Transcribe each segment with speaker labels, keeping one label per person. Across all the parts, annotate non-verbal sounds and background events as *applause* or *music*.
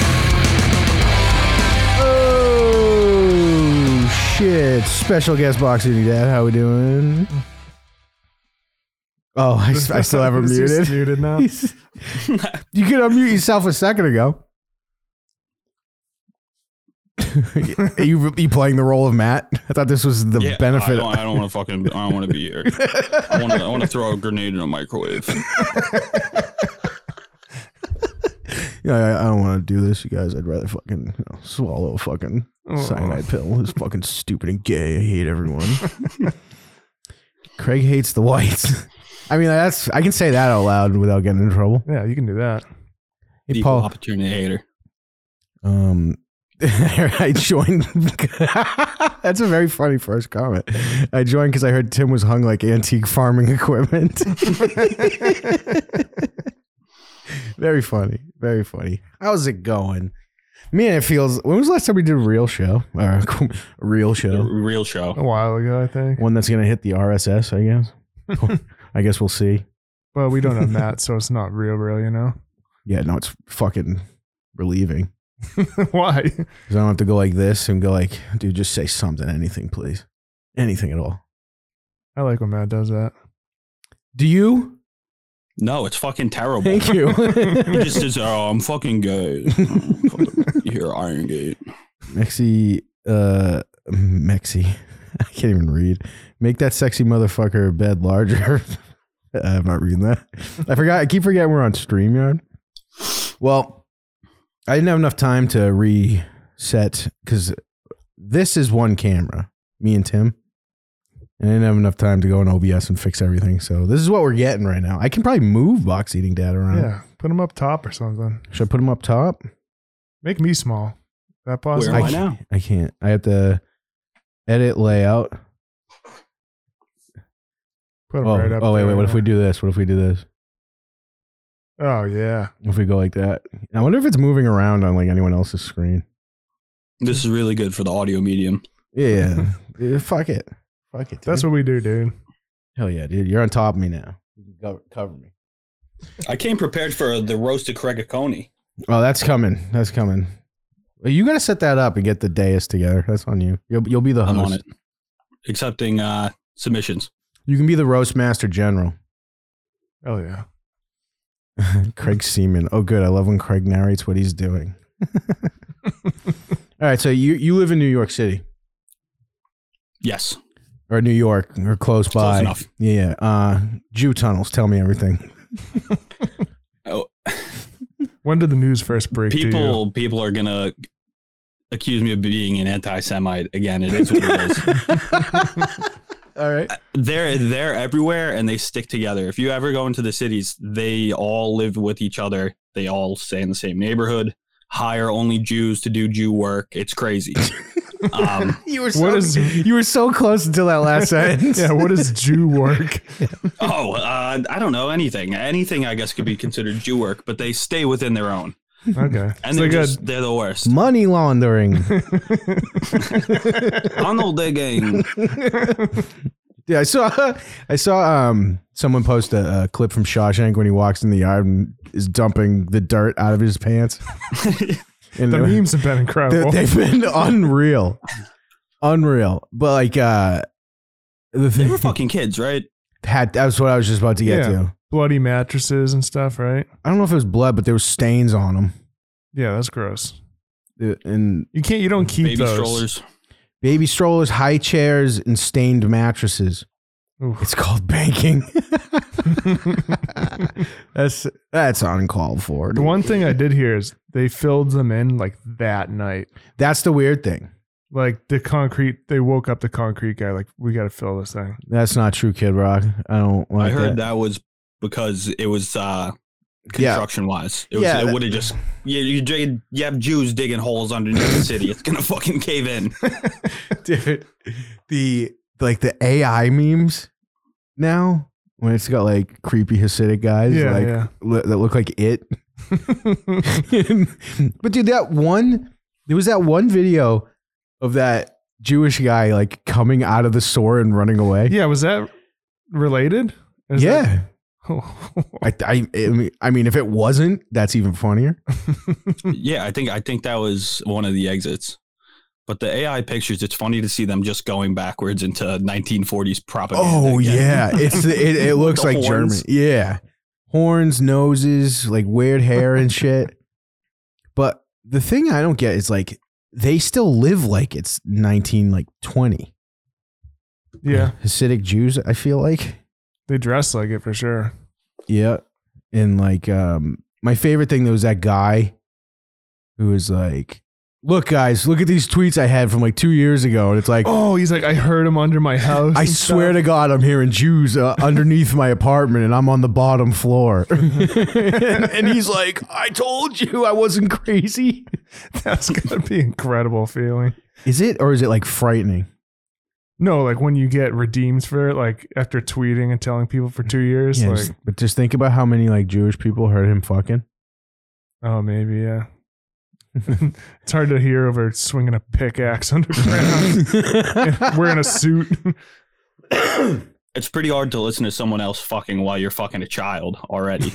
Speaker 1: right, Oh, special guest box eating dad. How we doing? Oh, I, *laughs* I still have him
Speaker 2: Is he
Speaker 1: muted.
Speaker 2: muted now.
Speaker 1: *laughs* He's- you could unmute yourself a second ago. *laughs* Are you are you playing the role of Matt? I thought this was the
Speaker 3: Yeah, I
Speaker 1: benefit.
Speaker 3: don't, I don't want to fucking. I don't want to be here. I want to. I want to throw a grenade in a microwave.
Speaker 1: Yeah, I, I don't want to do this, you guys. I'd rather fucking you know, swallow a fucking cyanide pill. It's fucking stupid and gay. I hate everyone. Craig hates the whites. *laughs* I mean, that's I can say that out loud without getting in trouble.
Speaker 2: Yeah, you can do that.
Speaker 1: Hey,
Speaker 3: Equal
Speaker 1: Paul.
Speaker 3: opportunity hater.
Speaker 1: Um, *laughs* I joined. *laughs* That's a very funny first comment. I joined because I heard Tim was hung like antique farming *laughs* equipment. very funny. Very funny. How's it going? Man, it feels. When was the last time we did a real show? Or a *laughs* real
Speaker 3: The
Speaker 1: show?
Speaker 3: real
Speaker 2: A
Speaker 3: show.
Speaker 2: while ago, I think.
Speaker 1: One that's gonna hit the RSS, I guess. I guess we'll see.
Speaker 2: But we
Speaker 1: *laughs*
Speaker 2: don't have Matt, so it's not real, real, you know? *laughs*
Speaker 1: Yeah, no, it's fucking relieving
Speaker 2: Why?
Speaker 1: because I don't have to go like this and go like, dude, just say something, anything, please, anything at all.
Speaker 2: I like when Matt does that.
Speaker 1: Do you?
Speaker 3: No, it's fucking terrible.
Speaker 1: Thank you.
Speaker 3: He just says, "Oh, I'm fucking
Speaker 1: *laughs*
Speaker 3: gay." Mm, fucking- You hear Iron Gate?
Speaker 1: Mexi, uh, *laughs* Mexi. *laughs* I can't even read. Make that sexy motherfucker bed larger. *laughs* I'm not reading that. I forgot. I keep forgetting we're on StreamYard. Well, I didn't have enough time to reset because this is one camera, me and Tim. And I didn't have enough time to go in OBS and fix everything. So this is what we're getting right now. I can probably move box eating dad around.
Speaker 2: Yeah, put him up top or something.
Speaker 1: Should I put him up top?
Speaker 2: Make me small. That possible?
Speaker 3: Where am
Speaker 1: I
Speaker 3: I now?
Speaker 1: I can't. I have to edit layout.
Speaker 2: Put him
Speaker 1: Oh,
Speaker 2: right up
Speaker 1: oh wait,
Speaker 2: there,
Speaker 1: wait. What if
Speaker 2: yeah.
Speaker 1: we do this? What if we do this?
Speaker 2: Oh, yeah.
Speaker 1: If we go like that, I wonder if it's moving around on like anyone else's screen.
Speaker 3: This is really good for the audio medium.
Speaker 1: Yeah, *laughs* Yeah, fuck it, fuck it. Dude.
Speaker 2: That's what we do, dude.
Speaker 1: hell yeah, dude. You're on top of me now. You can cover, cover me.
Speaker 3: I came prepared for the roasted Craigacone.
Speaker 1: Oh, that's coming. That's coming. Well, You gotta set that up and get the dais together. That's on you. You'll, you'll be the host.
Speaker 3: I'm on it. Accepting uh, submissions.
Speaker 1: You can be the roast master general.
Speaker 2: Oh, yeah.
Speaker 1: Craig Seaman. Oh, good. I love when Craig narrates what he's doing. *laughs* All right, so you you live in New York City.
Speaker 3: Yes.
Speaker 1: or New York or close
Speaker 3: Close
Speaker 1: by.
Speaker 3: enough.
Speaker 1: Yeah, uh, Jew tunnels. Tell me everything.
Speaker 3: Oh,
Speaker 2: When did the news first break? to you?
Speaker 3: people people are gonna accuse me of being an anti-Semite again. It is what it is.
Speaker 1: *laughs* All right.
Speaker 3: they're they're everywhere and they stick together. If you ever go into the cities, they all live with each other. They all stay in the same neighborhood. Hire only Jews to do Jew work.
Speaker 2: *laughs*
Speaker 3: It's crazy. um,
Speaker 1: You were
Speaker 2: What is- *laughs*
Speaker 1: *laughs* you were so close until that last *laughs* sentence.
Speaker 2: yeah, what is
Speaker 1: *laughs*
Speaker 2: Jew work?
Speaker 3: oh, uh, I don't know anything. Anything I guess could be considered Jew work, but they stay within their own,
Speaker 2: Okay.
Speaker 3: and
Speaker 2: So *laughs*
Speaker 3: they're
Speaker 2: good.
Speaker 3: just, they're the worst.
Speaker 1: Money laundering. *laughs*
Speaker 3: Arnold digging.
Speaker 1: yeah, I saw I saw um someone post a, a clip from Shawshank when he walks in the yard and is dumping the dirt out of his *laughs* pants. And
Speaker 2: The
Speaker 1: it-
Speaker 2: memes have been
Speaker 1: They-
Speaker 2: incredible.
Speaker 1: they've been unreal, unreal. But like uh, the
Speaker 3: They
Speaker 1: thing
Speaker 3: were fucking kids, right?
Speaker 1: had that's what I was just about to get
Speaker 2: Yeah.
Speaker 1: to.
Speaker 2: Bloody mattresses and stuff, right?
Speaker 1: I don't know if it was blood, but there were stains on them.
Speaker 2: Yeah, that's gross.
Speaker 1: Uh, And
Speaker 2: You can't. You don't keep
Speaker 3: Baby
Speaker 2: those.
Speaker 3: strollers.
Speaker 1: baby strollers, high chairs, and stained mattresses.
Speaker 2: Oof.
Speaker 1: It's called *laughs* banking. that's that's uncalled for.
Speaker 2: The one thing I did hear is they filled them in like that night.
Speaker 1: That's the weird thing.
Speaker 2: Like the concrete, they woke up the concrete guy. Like we got to fill this thing.
Speaker 1: That's not true, Kid Rock. I don't
Speaker 3: I
Speaker 1: like
Speaker 3: heard that. was because it was uh, construction wise. It, was-
Speaker 1: Yeah,
Speaker 3: it
Speaker 1: that-
Speaker 3: would have just you you, dig, you have Jews digging holes underneath the city. It's gonna *laughs* fucking
Speaker 1: *laughs*
Speaker 3: cave in.
Speaker 1: dude. The like the AI memes now when it's got like creepy Hasidic guys
Speaker 2: Yeah,
Speaker 1: like
Speaker 2: yeah.
Speaker 1: li- that look like
Speaker 2: *laughs*
Speaker 1: it. *laughs* but dude, that one there was that one video of that Jewish guy like coming out of the store and running away.
Speaker 2: Yeah, was that related? Is
Speaker 1: yeah.
Speaker 2: that-
Speaker 1: I, I, I mean- I mean, if it
Speaker 2: *laughs*
Speaker 1: wasn't, that's even funnier.
Speaker 3: yeah, I think I think that was one of the exits. But the AI pictures, it's funny to see them just going backwards into 1940s propaganda.
Speaker 1: Oh
Speaker 3: again.
Speaker 1: yeah, it's it.
Speaker 2: *laughs*
Speaker 1: It looks
Speaker 3: The
Speaker 1: like Germany.
Speaker 3: horns.
Speaker 1: Yeah, horns, noses, like weird hair and shit. But the thing I don't get is like they still live like it's nineteen like twenty.
Speaker 2: *laughs* Yeah,
Speaker 1: Hasidic Jews. I feel like
Speaker 2: they dress like it for sure.
Speaker 1: yeah, and like um, my favorite thing though was that guy who was like, "Look, guys, look at these tweets I had from like two years ago," and it's like.
Speaker 2: Oh, he's like, I heard him under my house.
Speaker 1: I
Speaker 2: and
Speaker 1: swear to God, I'm hearing Jews uh, underneath my apartment, and I'm on the bottom floor. *laughs*
Speaker 2: *laughs*
Speaker 1: and, and he's like, "I told you I wasn't crazy."
Speaker 2: stuff. that's gotta be an incredible feeling.
Speaker 1: Is it or is it like frightening?
Speaker 2: No, like when you get redeemed for it, like after tweeting and telling people for two years,
Speaker 1: Yeah,
Speaker 2: like
Speaker 1: just- but just think about how many like Jewish people heard him *laughs* fucking.
Speaker 2: oh maybe yeah. *laughs* it's hard to hear over swinging a pickaxe *laughs* underground, wearing a suit. *laughs*
Speaker 3: It's pretty hard to listen to someone else fucking while you're fucking a child already.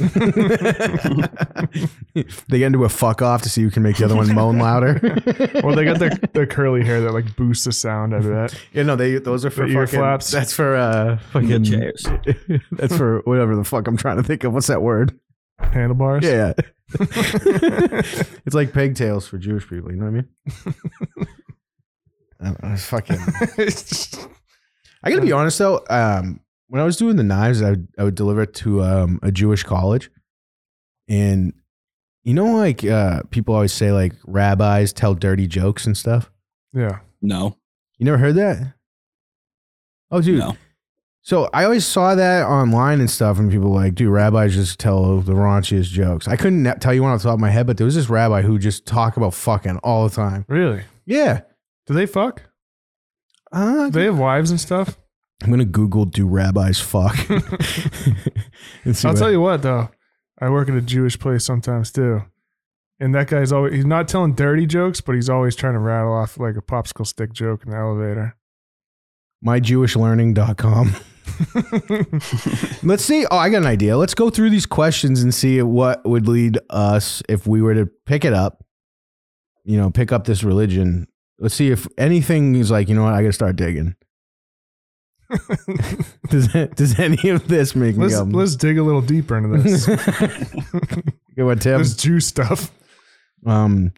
Speaker 1: they get into a fuck off to see who can make the other one moan louder.
Speaker 2: well, they got the, the curly hair that like boosts the sound. I bet.
Speaker 1: yeah, no, they those are for
Speaker 2: The ear
Speaker 1: fucking,
Speaker 2: flaps.
Speaker 1: That's for uh,
Speaker 3: Fucking
Speaker 1: *laughs* fucking.
Speaker 3: chairs.
Speaker 1: that's for whatever the fuck I'm trying to think of. What's that word?
Speaker 2: handlebars.
Speaker 1: Yeah. it's like pigtails for Jewish people, you know what I mean?
Speaker 2: *laughs*
Speaker 1: I don't know, it's fucking I gotta be honest though. Um, when I was doing the knives, I would, I would deliver it to um, a Jewish college, and you know, like uh, people always say, like rabbis tell dirty jokes and stuff.
Speaker 2: *laughs* yeah.
Speaker 3: No,
Speaker 1: You never heard that? Oh, dude.
Speaker 3: no.
Speaker 1: So I always saw that online and stuff, and people were like, dude, rabbis just tell the raunchiest jokes. I couldn't na- tell you one off the top of my head, but there was this rabbi who just talked about fucking all the time.
Speaker 2: Really?
Speaker 1: Yeah.
Speaker 2: Do they fuck?
Speaker 1: Uh,
Speaker 2: Do they have wives and stuff?
Speaker 1: I'm gonna Google do rabbis fuck. *laughs* And see
Speaker 2: I'll
Speaker 1: what-
Speaker 2: tell you what though. I work at a Jewish place sometimes too. And that guy's always he's not telling dirty jokes, but he's always trying to rattle off like a popsicle stick joke in the elevator. *laughs*
Speaker 1: myjewishlearning.com. Let's see. Oh, I got an idea. Let's go through these questions and see what would lead us if we were to pick it up. You know, pick up this religion. Let's see if anything is like, you know what, I gotta start digging. *laughs* does does any of this make
Speaker 2: let's
Speaker 1: me go? *laughs*
Speaker 2: let's dig a little deeper into this.
Speaker 1: Good one, Tim.
Speaker 2: this Jew stuff.
Speaker 1: Um,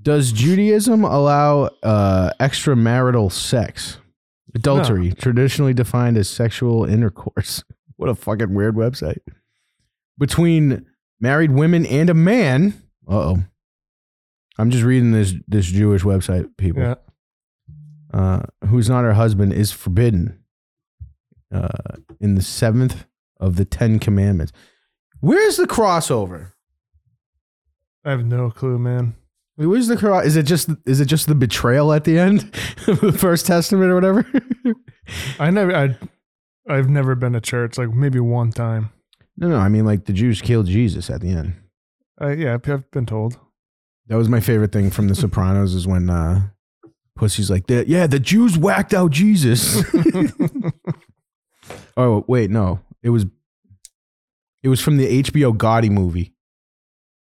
Speaker 1: does Judaism allow uh, extramarital sex? Adultery, traditionally defined as sexual intercourse. *laughs* What a fucking weird website. Between married women and a man. Uh oh. I'm just reading this this Jewish website, people.
Speaker 2: Yeah.
Speaker 1: Uh, who's not her husband is forbidden. Uh, in the seventh of the Ten Commandments. Where's the crossover?
Speaker 2: I have no clue, man.
Speaker 1: Wait, Where's the cross? Is it just is it just the betrayal at the end *laughs* of the First Testament or whatever?
Speaker 2: I never I I've never been to church, like maybe one time.
Speaker 1: *laughs* no, no. I mean, like the Jews killed Jesus at the end.
Speaker 2: I, yeah, I've- I've
Speaker 1: *laughs*
Speaker 2: been told.
Speaker 1: That was my favorite thing *laughs* from The Sopranos is when uh, Pussy's like, "The- "Yeah, the Jews whacked out *laughs* Jesus." oh wait, no, it was it was from the HBO Gotti movie,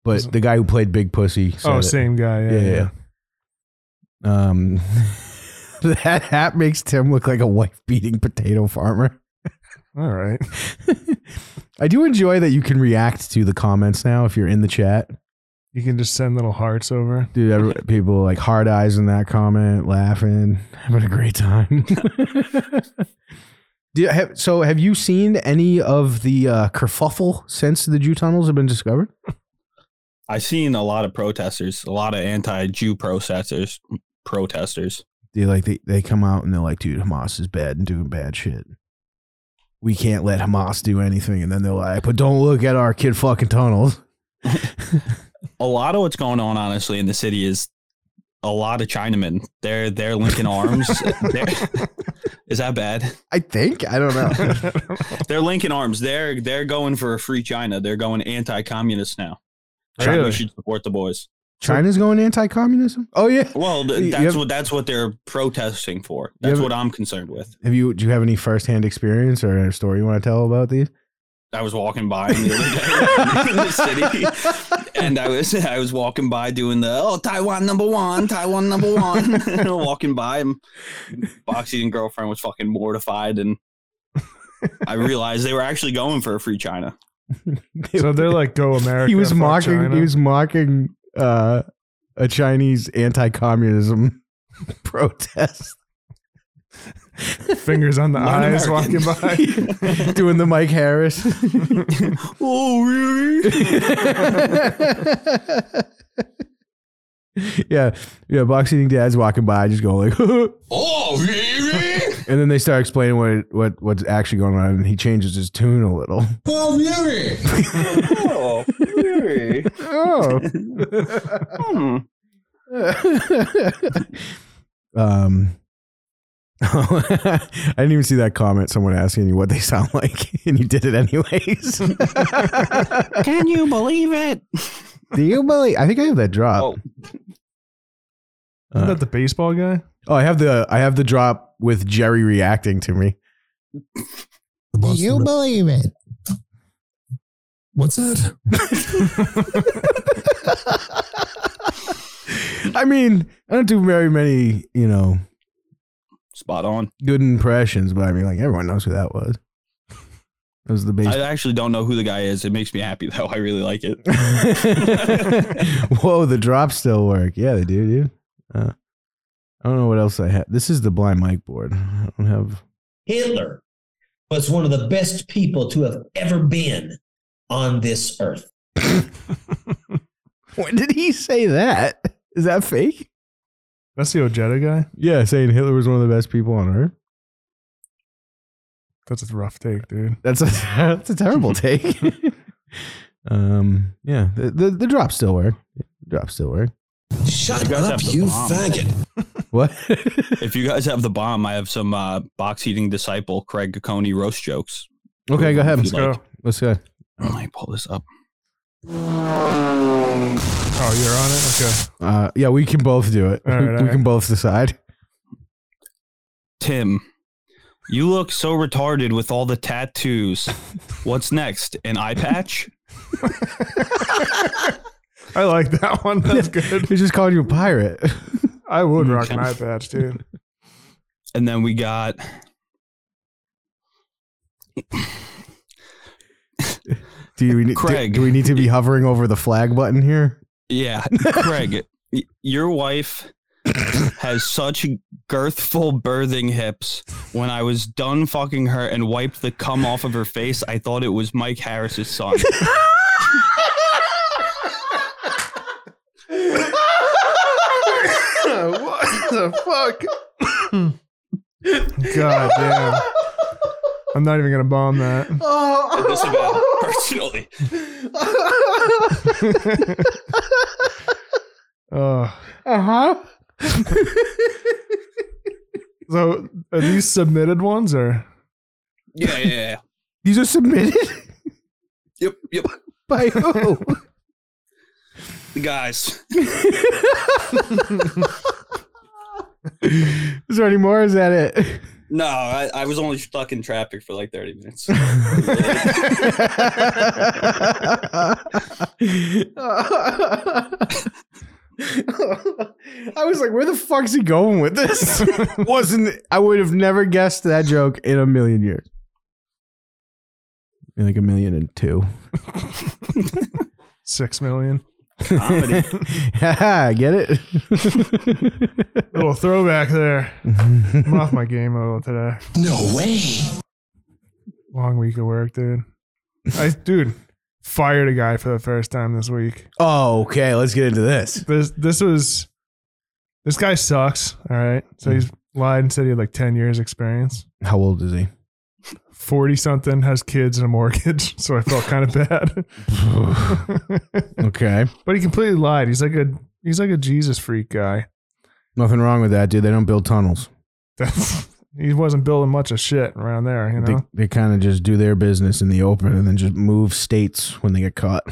Speaker 1: but the guy who played Big Pussy. Said
Speaker 2: oh,
Speaker 1: it.
Speaker 2: same guy. Yeah,
Speaker 1: Yeah,
Speaker 2: yeah.
Speaker 1: yeah. Um, *laughs* that hat makes Tim look like a wife beating potato farmer.
Speaker 2: All right.
Speaker 1: *laughs* I do enjoy that you can react to the comments now if you're in the chat.
Speaker 2: You can just send little
Speaker 1: *laughs*
Speaker 2: hearts over.
Speaker 1: Dude, every, people like hard eyes in that comment, laughing, *laughs* having a great time. *laughs* do you have, so, have you seen any of the uh, kerfuffle since the Jew tunnels have been discovered?
Speaker 3: I've seen a lot of protesters, a lot of anti-Jew protesters, protesters.
Speaker 1: They like they, they come out and they're like, dude, Hamas is bad and doing bad shit. We can't let Hamas do anything. And then they're like, but don't look at our kid fucking tunnels. *laughs*
Speaker 3: A lot of what's going on, honestly, in the city is a lot of Chinamen. They're they're
Speaker 1: *laughs*
Speaker 3: linking arms. They're- is that bad?
Speaker 1: I think. I don't know.
Speaker 2: *laughs*
Speaker 3: They're linking arms. They're they're going for a free China. They're going anti-communist now. China
Speaker 2: Really?
Speaker 3: should support the boys.
Speaker 1: China's going anti communism? Oh, yeah.
Speaker 3: Well,
Speaker 1: You
Speaker 3: th- that's
Speaker 1: have-
Speaker 3: what that's what they're protesting for.
Speaker 1: You
Speaker 3: That's
Speaker 1: have-
Speaker 3: what I'm concerned with. *laughs*
Speaker 1: Have you? Do you have any firsthand experience or a story you want to tell about these?
Speaker 3: I was walking by the
Speaker 1: *laughs*
Speaker 3: other day *laughs* in the city, and I was *laughs* I was walking by doing the oh Taiwan number one, Taiwan number one, *laughs* walking by. And Boxy and girlfriend was fucking mortified, and I realized they were actually going for a free China.
Speaker 2: So they're like, go America.
Speaker 1: *laughs* he was
Speaker 2: fuck
Speaker 1: mocking.
Speaker 2: China.
Speaker 1: He was mocking uh, a Chinese anti-communism *laughs* protest,
Speaker 2: *laughs*
Speaker 1: *laughs*
Speaker 2: fingers on the eyes walking
Speaker 3: Non-American.
Speaker 1: *laughs*
Speaker 2: by.
Speaker 1: doing the Mike Harris.
Speaker 3: *laughs*
Speaker 1: *laughs*
Speaker 3: oh really?
Speaker 1: yeah, yeah. Box eating dad's walking by, just going like, *laughs* and
Speaker 3: oh really?
Speaker 1: then they start explaining what what what's actually going on, and he changes his tune a little. *laughs*
Speaker 3: Oh really? *laughs* oh really?
Speaker 1: Oh.
Speaker 3: Hmm.
Speaker 1: *laughs* um, *laughs* I didn't even see that comment. Someone asking you what they sound like, *laughs* and you did it anyways.
Speaker 3: Can you believe it?
Speaker 1: Do you believe? I think I have that drop.
Speaker 3: Oh.
Speaker 1: Uh,
Speaker 2: Isn't that the baseball guy?
Speaker 1: oh, I have the I have the drop with Jerry reacting to me. *laughs*
Speaker 4: Do you believe it? What's that?
Speaker 1: I mean, I don't do very many, you know,
Speaker 3: Spot on.
Speaker 1: good impressions, but I mean, like everyone knows who that was. That was the base.
Speaker 3: I actually don't know who the guy is. It makes me happy though. I really like it.
Speaker 1: *laughs* Whoa, the drops still work. Yeah, they do, dude. Uh, I don't know what else I have. This is the blind mic board. I don't have. *laughs*
Speaker 4: Hitler was one of the best people to have ever been on this earth.
Speaker 1: When did he say that? Is that fake?
Speaker 2: That's the Ojeda guy.
Speaker 1: Yeah, saying Hitler was one of the best people on earth.
Speaker 2: That's a rough take, dude.
Speaker 1: That's a that's a terrible *laughs* take. um, yeah, the, the the drops still work. Drops still work.
Speaker 4: Shut
Speaker 3: You guys have the bomb.
Speaker 1: *laughs* What?
Speaker 3: If you guys have the bomb, I have some uh, box eating disciple Craig Gacconi roast jokes.
Speaker 1: okay, go ahead. Let's
Speaker 3: If you'd
Speaker 1: go.
Speaker 3: like.
Speaker 2: go.
Speaker 1: Let's go.
Speaker 3: Let me pull this up.
Speaker 2: Oh, you're on it?
Speaker 1: Uh, yeah, we can both do it.
Speaker 2: All right, all
Speaker 1: we
Speaker 2: right.
Speaker 1: can both decide.
Speaker 3: Tim, you look so retarded with all the tattoos. What's next? An eye patch?
Speaker 2: Okay. I like that
Speaker 1: *laughs*
Speaker 2: one. That's good.
Speaker 1: He just called you a pirate. *laughs*
Speaker 2: I would rock
Speaker 3: Okay.
Speaker 2: an eye patch, dude.
Speaker 3: And then we got.
Speaker 1: Do we need, do,
Speaker 3: Craig.
Speaker 1: do we need to be hovering over the flag button here?
Speaker 3: Yeah, Craig, y- your wife has such girthful birthing hips. When I was done fucking her and wiped the cum off of her face, I thought it was Mike Harris's *laughs* son.
Speaker 2: what the fuck? God
Speaker 1: *laughs*
Speaker 2: damn. I'm not even gonna bomb that.
Speaker 3: And this about personally.
Speaker 2: Oh.
Speaker 1: Uh huh.
Speaker 2: *laughs* So are these submitted ones or
Speaker 3: Yeah, yeah, yeah.
Speaker 1: These are submitted *laughs*
Speaker 3: Yep, yep.
Speaker 1: by
Speaker 2: *laughs*
Speaker 1: who?
Speaker 3: Guys,
Speaker 1: is there any more? Is that *laughs* it?
Speaker 3: no, I, I was only stuck in traffic for like 30 minutes.
Speaker 1: I was like, where the fuck's he *laughs* going with this? *laughs* Wasn't I would have never guessed that joke in a million years. In like a million and two. *laughs*
Speaker 2: six million?
Speaker 3: Comedy.
Speaker 1: Haha, Get *laughs* it?
Speaker 2: Little throwback there. I'm off my game a little today.
Speaker 4: No way.
Speaker 2: Long week of work, dude. I dude fired a guy for the first time this week.
Speaker 1: oh, okay, let's get into this.
Speaker 2: This this was this guy sucks. All right. So he's lied and said he had like ten years experience.
Speaker 1: How old is he?
Speaker 2: Forty something has kids and a mortgage, *laughs* so I felt kind of bad.
Speaker 1: *laughs*
Speaker 2: *laughs*
Speaker 1: okay.
Speaker 2: but he completely lied. He's like a he's like a Jesus freak guy.
Speaker 1: Nothing wrong with that, dude. They don't build tunnels.
Speaker 2: That's he wasn't building much of shit around there, you know.
Speaker 1: They, they kind of just do their business in the open and then just move states when they get caught.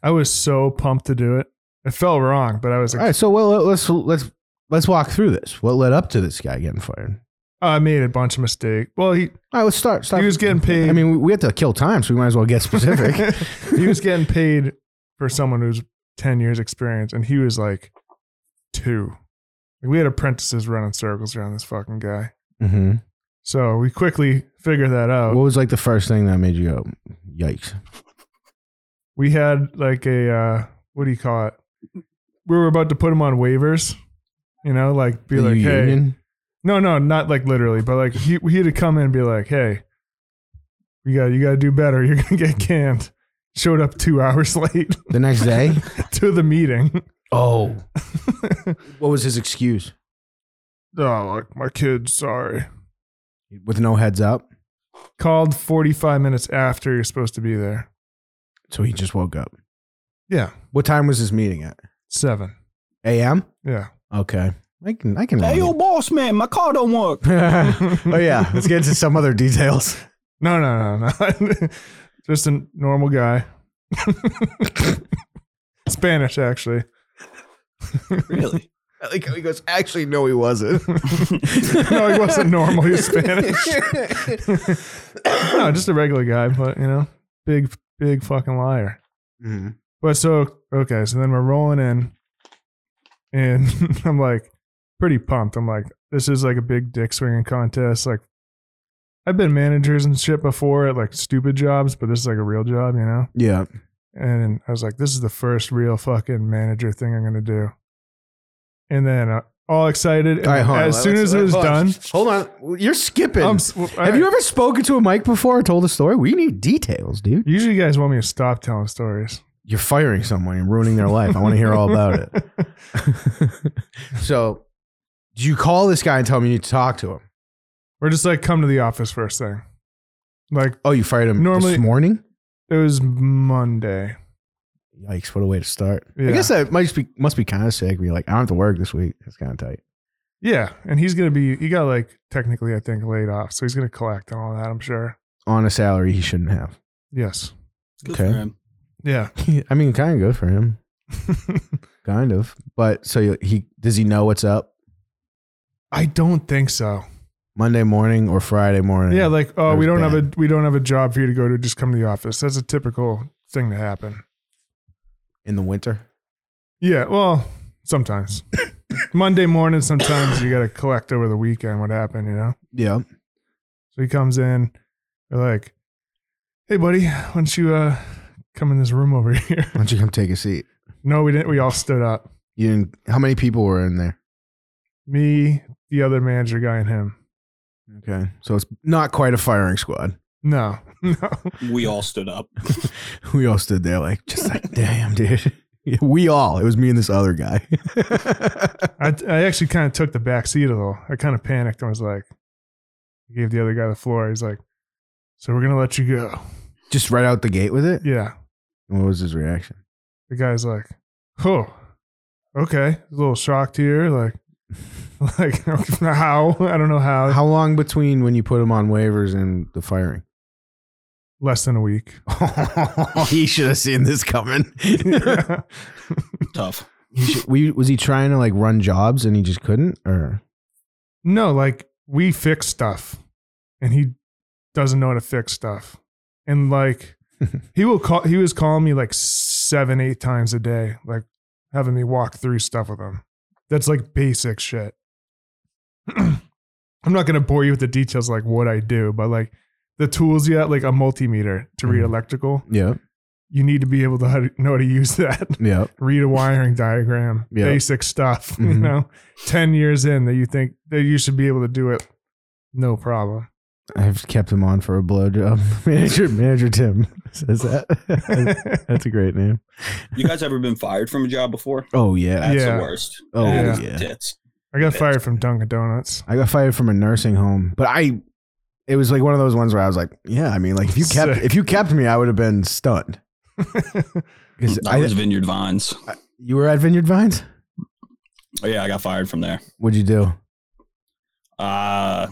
Speaker 2: I was so pumped to do it. It felt wrong, but I was
Speaker 1: All
Speaker 2: like,
Speaker 1: right, so well, let's let's let's walk through this. What led up to this guy getting fired?
Speaker 2: I made a bunch of mistakes. Well, he *laughs*
Speaker 1: All right, let's start. start
Speaker 2: was getting paid.
Speaker 1: I mean, we, we have to kill time, so we might as well get
Speaker 2: *laughs*
Speaker 1: specific.
Speaker 2: he was getting paid for someone who's 10 years experience and he was like two Like, we had apprentices running circles around this fucking guy
Speaker 1: hmm
Speaker 2: so we quickly figured that out
Speaker 1: What was like the first thing that made you go, yikes?
Speaker 2: we had like a uh, what do you call it we were about to put him on waivers you know like be
Speaker 1: The
Speaker 2: like hey
Speaker 1: union?
Speaker 2: no no not like literally but like he, he had to come in and be like hey you got you got to do better *laughs* you're gonna get canned showed up two hours *laughs* late
Speaker 1: The next day?
Speaker 2: *laughs* to the meeting
Speaker 1: oh. What was his excuse?
Speaker 2: *laughs* oh look my kid sorry
Speaker 1: With no heads up?
Speaker 2: called 45 minutes after you're supposed to be there.
Speaker 1: So he just woke up.
Speaker 2: Yeah.
Speaker 1: What time was this meeting at?
Speaker 2: Seven.
Speaker 1: A.M.?
Speaker 2: *laughs* Yeah.
Speaker 1: Okay. I can, I can.
Speaker 3: Hey, yo,
Speaker 1: handle
Speaker 3: boss man, my car don't work.
Speaker 1: it. *laughs* oh, yeah. Let's get into some other details.
Speaker 2: *laughs* No, no, no, no. *laughs* Just a normal guy. *laughs* Spanish, actually.
Speaker 3: Really?
Speaker 1: *laughs* I like how he goes, actually, no, he wasn't. *laughs*
Speaker 2: No, he wasn't normal. He was Spanish. no, just a regular guy, but, you know, big, big fucking liar.
Speaker 1: Mhm.
Speaker 2: But so, okay. So then we're rolling in, and *laughs* I'm like, pretty pumped. I'm like, this is like a big dick swinging contest. Like, I've been managers and shit before at like stupid jobs, but this is like a real job, you know?
Speaker 1: Yeah.
Speaker 2: And I was like, this is the first real fucking manager thing I'm going to do. And then uh, all excited. And
Speaker 1: All right, hold on.
Speaker 2: as soon
Speaker 1: Let's-
Speaker 2: as it was
Speaker 1: hold on.
Speaker 2: done,
Speaker 1: Hold on. You're skipping.
Speaker 2: I'm, s- well,
Speaker 1: Have you ever spoken to a mic before or told a story? We need details, dude.
Speaker 2: Usually, you guys want me to stop telling stories.
Speaker 1: You're firing someone. You're ruining their life. I want to hear all about it. *laughs* so, do you call this guy and tell him you need to talk to him?
Speaker 2: *laughs* Or just like come to the office first thing. Like,
Speaker 1: Oh, you fired him
Speaker 2: Normally-
Speaker 1: this morning?
Speaker 2: it was Monday.
Speaker 1: Yikes! What a way to start. I
Speaker 2: Yeah.
Speaker 1: guess that might just be must be kind of sick. Be like, I don't have to work this week. That's kind of tight.
Speaker 2: Yeah, and he's gonna be he got like technically I think laid off, so he's gonna collect on all that. I'm sure.
Speaker 1: On a salary he shouldn't
Speaker 2: *laughs*
Speaker 1: have.
Speaker 2: Yes.
Speaker 3: Good
Speaker 1: Okay.
Speaker 3: for him.
Speaker 2: Yeah. *laughs*
Speaker 1: I mean, kind of good for him. Kind of. But so he does he know what's up
Speaker 2: I don't think so.
Speaker 1: Monday morning or Friday morning?
Speaker 2: Yeah, like oh,
Speaker 1: That
Speaker 2: we
Speaker 1: was
Speaker 2: don't have a we don't have a job for you to go to. Just come to the office. That's a typical thing to happen.
Speaker 1: in the winter.
Speaker 2: Yeah. Well,
Speaker 1: *coughs*
Speaker 2: sometimes Monday morning, sometimes you gotta collect over the weekend. What happened? You know.
Speaker 1: Yeah.
Speaker 2: So he comes in. They're like, "Hey, buddy, why don't you uh come in this room over *laughs* here?"
Speaker 1: Why don't you come take a seat?
Speaker 2: no, we didn't. We all stood up.
Speaker 1: You didn't, how many people were in there?
Speaker 2: Me, the other manager guy, and him.
Speaker 1: Okay. So it's not quite a firing squad. *laughs*
Speaker 2: No, *laughs* no.
Speaker 3: We all stood up.
Speaker 1: We all stood there like, just
Speaker 2: *laughs*
Speaker 1: like, damn, dude. *laughs* Yeah, We all. It was me and this other guy. *laughs*
Speaker 2: I, I actually kind of took the back seat a little. I kind of panicked and was like, I gave the other guy the floor. He's like, so we're going to let you go.
Speaker 1: just right out the gate with it?
Speaker 2: Yeah.
Speaker 1: What was his reaction?
Speaker 2: The guy's like, oh, okay. A little shocked here. Like, *laughs* like *laughs* how? I don't know how.
Speaker 1: How long between when you put him on waivers and the firing? *laughs*
Speaker 2: Less than a week.
Speaker 1: he should have seen this coming.
Speaker 2: yeah.
Speaker 3: Tough.
Speaker 1: He should- *laughs* we- was he trying to like run jobs and he just couldn't? Or
Speaker 2: No, like we fix stuff and he doesn't know how to fix stuff. And like he will call he was calling me like seven, eight times a day, like having me walk through stuff with him. That's like basic shit. *clears throat* I'm not gonna bore you with the details like what I do, but like the tools you have, like a multimeter to read
Speaker 1: Mhm.
Speaker 2: electrical,
Speaker 1: yeah,
Speaker 2: you need to be able to how to- know how to use *laughs* that.
Speaker 1: yeah.
Speaker 2: read a wiring diagram,
Speaker 1: Yeah.
Speaker 2: basic stuff. *laughs* You
Speaker 1: Mhm.
Speaker 2: know, ten years in that you think that you should be able to do it, no problem.
Speaker 1: I've kept him on for a blowjob. *laughs* Manager, manager Tim *laughs* says that. *laughs* That's a great name.
Speaker 3: You guys ever been fired from a job before?
Speaker 1: Oh yeah.
Speaker 3: That's
Speaker 2: Yeah.
Speaker 3: the worst.
Speaker 1: Oh
Speaker 3: That is
Speaker 1: yeah.
Speaker 3: Tits.
Speaker 2: *laughs* I got fired from Dunkin' Donuts.
Speaker 1: I got fired from a nursing home, but I it was like one of those ones where I was like, yeah, I mean, like if you kept
Speaker 2: Sick.
Speaker 1: if you kept me, I would have been stunned *laughs* because
Speaker 3: I was Vineyard Vines.
Speaker 1: you were at Vineyard Vines.
Speaker 3: Oh, yeah, I got fired from there.
Speaker 1: What'd you do?
Speaker 3: Uh,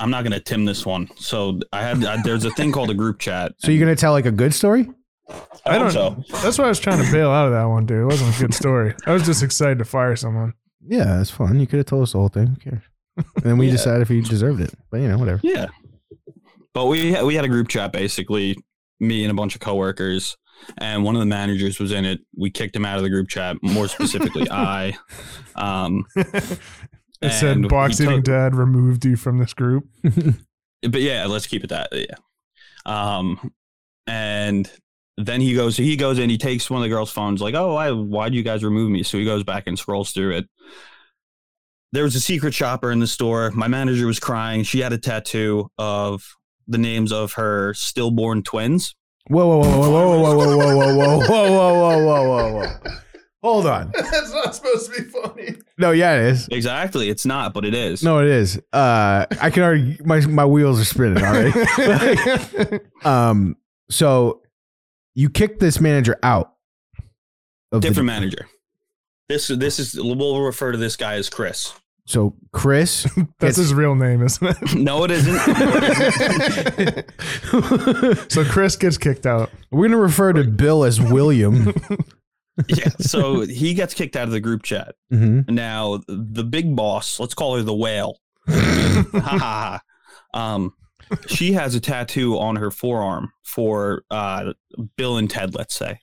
Speaker 3: I'm not gonna tim this one. So I had I, there's a thing called a group chat.
Speaker 1: So you're gonna tell like a good story?
Speaker 3: I,
Speaker 2: *laughs* I
Speaker 3: hope
Speaker 2: don't.
Speaker 3: so.
Speaker 2: That's why I was trying to bail out of that one, dude. It wasn't a good story. I was just excited to fire someone.
Speaker 1: *laughs* Yeah, it's fun. You could have told us the whole thing. Who cares? And then we
Speaker 3: Yeah.
Speaker 1: decide if he deserved it. But you know, *laughs* whatever.
Speaker 3: Yeah. But we had, we had a group chat basically, me and a bunch of coworkers, and one of the managers was in it. We kicked him out of the group chat.
Speaker 2: *laughs*
Speaker 3: More specifically, I. Um,
Speaker 2: it
Speaker 3: And
Speaker 2: said
Speaker 3: he
Speaker 2: box eating
Speaker 3: took-
Speaker 2: dad removed you from this group.
Speaker 3: but yeah, let's keep it that. Yeah. Um, and then he goes, he goes in, he takes one of the girls' phones, like, oh, I, why'd you guys remove me? So he goes back and scrolls through it. There was a secret shopper in the store. My manager was crying. She had a tattoo of the names of her stillborn twins.
Speaker 1: Whoa, whoa, whoa, whoa, whoa, whoa, whoa, whoa, whoa, whoa, whoa, whoa, whoa, whoa, whoa. Hold *laughs* on.
Speaker 2: That's not supposed to be funny.
Speaker 1: No, yeah, it is.
Speaker 3: Exactly. It's not, but it is.
Speaker 1: No, it is. Uh, I can already. My my wheels are spinning *laughs* already. um, so you kicked this manager out. Of the-
Speaker 3: different manager. This this is we'll refer to this guy as Chris.
Speaker 1: So Chris
Speaker 2: *laughs*
Speaker 1: *laughs* It's-
Speaker 2: That's his real name, isn't
Speaker 3: No,
Speaker 1: *laughs*
Speaker 3: it isn't.
Speaker 2: it? so Chris gets kicked out.
Speaker 1: We're gonna refer to Bill as William.
Speaker 3: yeah. So he gets kicked out of the group chat.
Speaker 1: hmm
Speaker 3: Now the big boss, let's call her the whale. *laughs* Ha, ha, ha. um, she has a tattoo on her forearm for uh, Bill and Ted. Let's say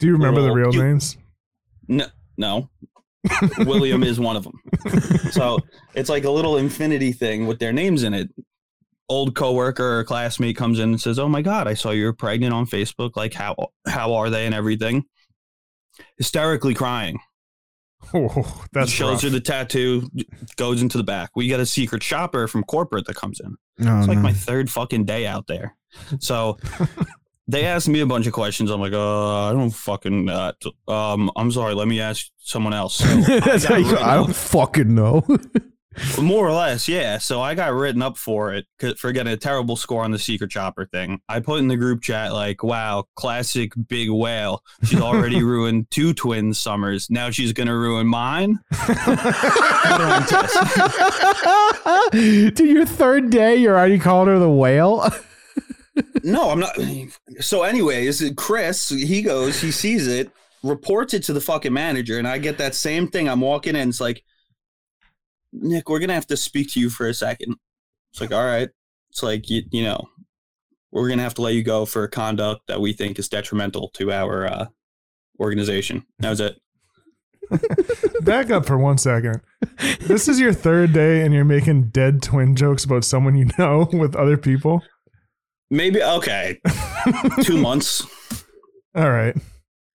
Speaker 2: Do you remember the
Speaker 3: Well,
Speaker 2: real
Speaker 3: you-
Speaker 2: names? *laughs*
Speaker 3: no. William is one of them. So it's like a little infinity thing with their names in it. Old coworker or classmate comes in and says, "Oh my god, I saw you were pregnant on Facebook. Like how how are they and everything?" Hysterically crying.
Speaker 2: Oh, that's
Speaker 3: shows
Speaker 2: rough.
Speaker 3: her the tattoo, goes into the back. We got a secret shopper from corporate that comes in.
Speaker 1: No,
Speaker 2: Oh,
Speaker 3: It's like
Speaker 1: no.
Speaker 3: my third fucking day out there.
Speaker 2: *laughs*
Speaker 3: So they asked me a bunch of questions. I'm like, uh, I don't fucking. Uh, t- um, I'm sorry. Let me ask someone else. So
Speaker 1: *laughs*
Speaker 2: *laughs*
Speaker 3: I
Speaker 1: That's
Speaker 3: got
Speaker 1: how you,
Speaker 3: written
Speaker 1: I don't
Speaker 3: up-
Speaker 1: fucking *laughs* know.
Speaker 3: more or less, yeah. So I got written up for it 'cause- for getting a terrible score on the secret shopper thing. I put in the group chat like, "Wow, classic big whale.
Speaker 2: *laughs*
Speaker 3: She's already ruined two twin summers. Now she's gonna ruin mine."
Speaker 1: Dude, your third day, you're already calling her the whale.
Speaker 3: No, I'm not. So, anyways, Chris, he goes, he sees it, reports it to the fucking manager, and I get that same thing. I'm walking in, it's like, Nick, we're gonna have to speak to you for a second. It's like, all right. It's like you, you know, we're gonna have to let you go for conduct that we think is detrimental to our uh, organization. That was it.
Speaker 2: Back up for one second. This is your third day, and you're making dead twin jokes about someone you know *laughs* with other people.
Speaker 3: Maybe okay. Two months.
Speaker 2: All right,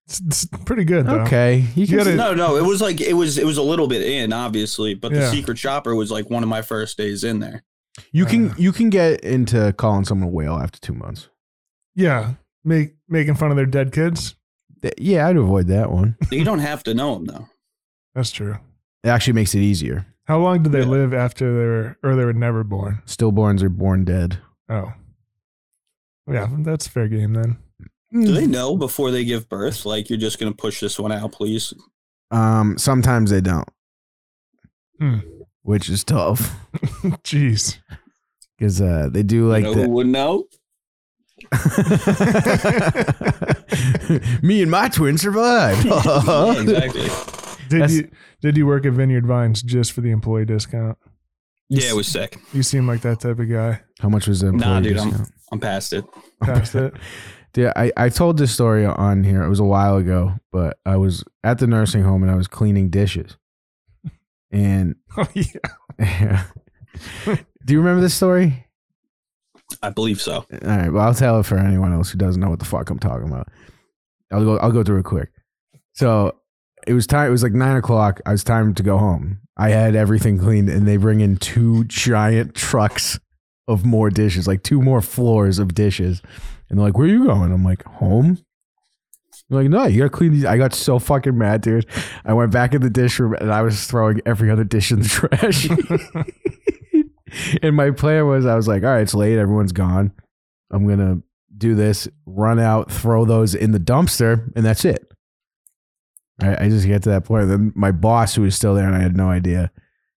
Speaker 2: it's, it's pretty good though.
Speaker 1: okay, you
Speaker 2: You
Speaker 1: can
Speaker 2: gotta-
Speaker 3: No, no, it was like it was it was a little bit in, obviously, but the
Speaker 2: Yeah.
Speaker 3: secret shopper was like one of my first days in there.
Speaker 1: you can
Speaker 2: Uh.
Speaker 1: you can get into calling someone a whale after two months.
Speaker 2: Yeah, make making fun of their dead kids.
Speaker 1: Th- Yeah, I'd avoid that one.
Speaker 3: You don't have to know him though.
Speaker 2: That's true.
Speaker 1: It actually makes it easier.
Speaker 2: How long did they
Speaker 3: Yeah.
Speaker 2: live after they were or they were never born?
Speaker 1: Stillborns are born dead.
Speaker 2: Oh, yeah, that's fair game then. *laughs*
Speaker 1: Hmm.
Speaker 3: Do they know before they give birth? Like you're just gonna push this one out, please.
Speaker 1: Um, sometimes they don't,
Speaker 2: Hmm.
Speaker 1: which is tough
Speaker 2: Jeez,
Speaker 1: because uh, they do
Speaker 3: Like
Speaker 1: like
Speaker 3: you know
Speaker 1: the-
Speaker 3: who would know?
Speaker 1: *laughs* Me and my twin survived.
Speaker 3: *laughs*
Speaker 1: Oh.
Speaker 3: Yeah, exactly.
Speaker 2: did
Speaker 1: That's-
Speaker 2: you did you work at Vineyard Vines just for the employee discount?
Speaker 3: Yeah, it was sick.
Speaker 2: You seem like that type of *laughs* guy.
Speaker 1: *laughs* How much was the employee
Speaker 3: Nah, dude, I'm-
Speaker 1: discount?
Speaker 3: I'm past it.
Speaker 2: Past it. *laughs*
Speaker 1: Dude, I, I told this story on here. It was a while ago, but I was at the nursing home and I was cleaning dishes. And *laughs*
Speaker 2: Oh yeah.
Speaker 1: do you remember this story?
Speaker 3: I believe so.
Speaker 1: All right, well, I'll tell it for anyone else who doesn't know what the fuck I'm talking about. I'll go. I'll go through it quick. So it was time. It was like nine o'clock. I was timed to go home. I had everything cleaned, and they bring in two giant trucks of more dishes, like two more floors of dishes. And they're like, "Where are you going?" I'm like, "Home." They're like, "No, you gotta clean these." I got so fucking mad, dude. I went back in the dish room, and I was throwing every other dish in the trash. *laughs* and my plan was, I was like, "All right, it's late. Everyone's gone. I'm gonna do this, run out, throw those in the dumpster, and that's it. I, I just get to that point. Then my boss, who was still there and I had no idea,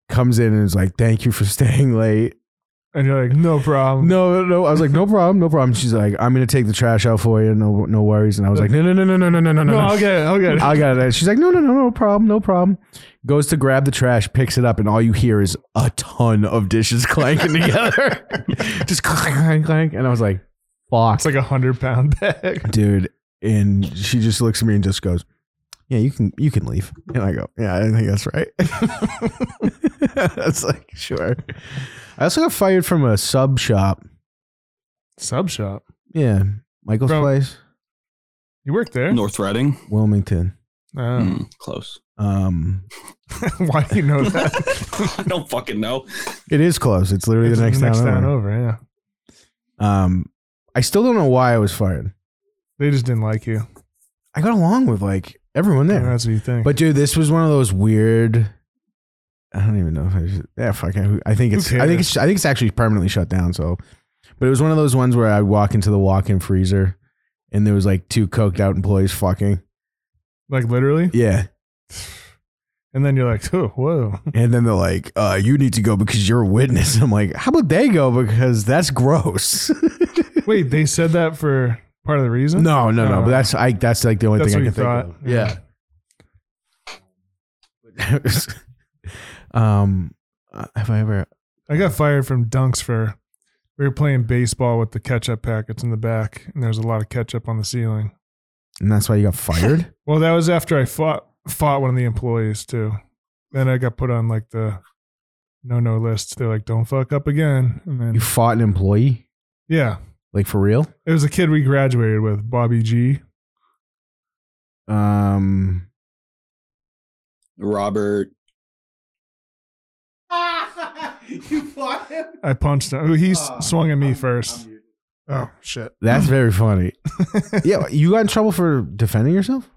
Speaker 1: comes in and is like, Thank you for *laughs* staying late.
Speaker 2: And you're like, no problem.
Speaker 1: No, no. I was like, no problem, no problem. She's like, I'm gonna take the trash out for you. No, no worries. And I was like, no, no, no, no, no, no, no, no,
Speaker 2: no, I'll
Speaker 1: no.
Speaker 2: get it. I'll get it.
Speaker 1: I got it. She's like, no, no, no, no problem, no problem. Goes to grab the trash, picks it up, and all you hear is a ton of dishes *laughs* clanking together, *laughs* just clank, clank, clank. And I was like, fuck,
Speaker 2: It's like a hundred pound *laughs* bag.
Speaker 1: dude. And she just looks at me and just goes, yeah, you can, you can leave. And I go, yeah, I think that's *laughs* right. That's like sure. I also got fired from a sub shop.
Speaker 2: Sub shop.
Speaker 1: Yeah, Michael's
Speaker 2: From-
Speaker 1: place,
Speaker 2: You work there?
Speaker 3: North Reading.
Speaker 1: Wilmington.
Speaker 2: Oh.
Speaker 3: Hmm, close. *laughs*
Speaker 1: Um,
Speaker 2: *laughs* Why do you know
Speaker 1: *laughs*
Speaker 2: that?
Speaker 3: I don't fucking know.
Speaker 1: it is close. It's literally
Speaker 2: It's
Speaker 1: the next, town, over.
Speaker 2: over. Yeah.
Speaker 1: Um, I still don't know why I was fired.
Speaker 2: They just didn't like you.
Speaker 1: I got along with like everyone there,
Speaker 2: That's what you think.
Speaker 1: but dude, this was one of those weird. I don't even know if I should, yeah, fuck. I I think
Speaker 2: Who
Speaker 1: it's. I think
Speaker 2: cares?
Speaker 1: it's. I think it's actually permanently shut down. So, but it was one of those ones where I walk into the walk-in freezer, and there was like two coked out employees fucking.
Speaker 2: like literally.
Speaker 1: Yeah,
Speaker 2: And then you're like, oh,
Speaker 1: *laughs*
Speaker 2: whoa.
Speaker 1: and then they're like, uh, "You need to go because you're a witness." I'm like, "How about they go because that's gross." *laughs*
Speaker 2: Wait, they said that for part of the reason?
Speaker 1: No, no, no.
Speaker 2: Uh,
Speaker 1: But that's I. That's like the only
Speaker 2: that's
Speaker 1: thing I
Speaker 2: what
Speaker 1: can
Speaker 2: you
Speaker 1: think of.
Speaker 2: thought.
Speaker 1: Yeah. *laughs* um, uh, have I ever?
Speaker 2: I got fired from Dunks for we were playing baseball with the ketchup packets in the back, and there was a lot of ketchup on the ceiling.
Speaker 1: And that's why you got
Speaker 2: *laughs*
Speaker 1: fired.
Speaker 2: Well, that was after I fought fought one of the employees too. Then I got put on like the no no list. They're like, don't fuck up again. And
Speaker 1: you
Speaker 2: then
Speaker 1: fought an employee,
Speaker 2: yeah,
Speaker 1: like for real.
Speaker 2: it was a kid we graduated with, Bobby G.
Speaker 1: Um,
Speaker 3: Robert. *laughs*
Speaker 5: you fought him?
Speaker 2: I punched him. Ooh, He s-
Speaker 5: Ah,
Speaker 2: swung at me
Speaker 5: I'm-
Speaker 2: 1st
Speaker 5: I'm-
Speaker 2: oh shit.
Speaker 1: that's very funny. yeah, you got in trouble for defending yourself.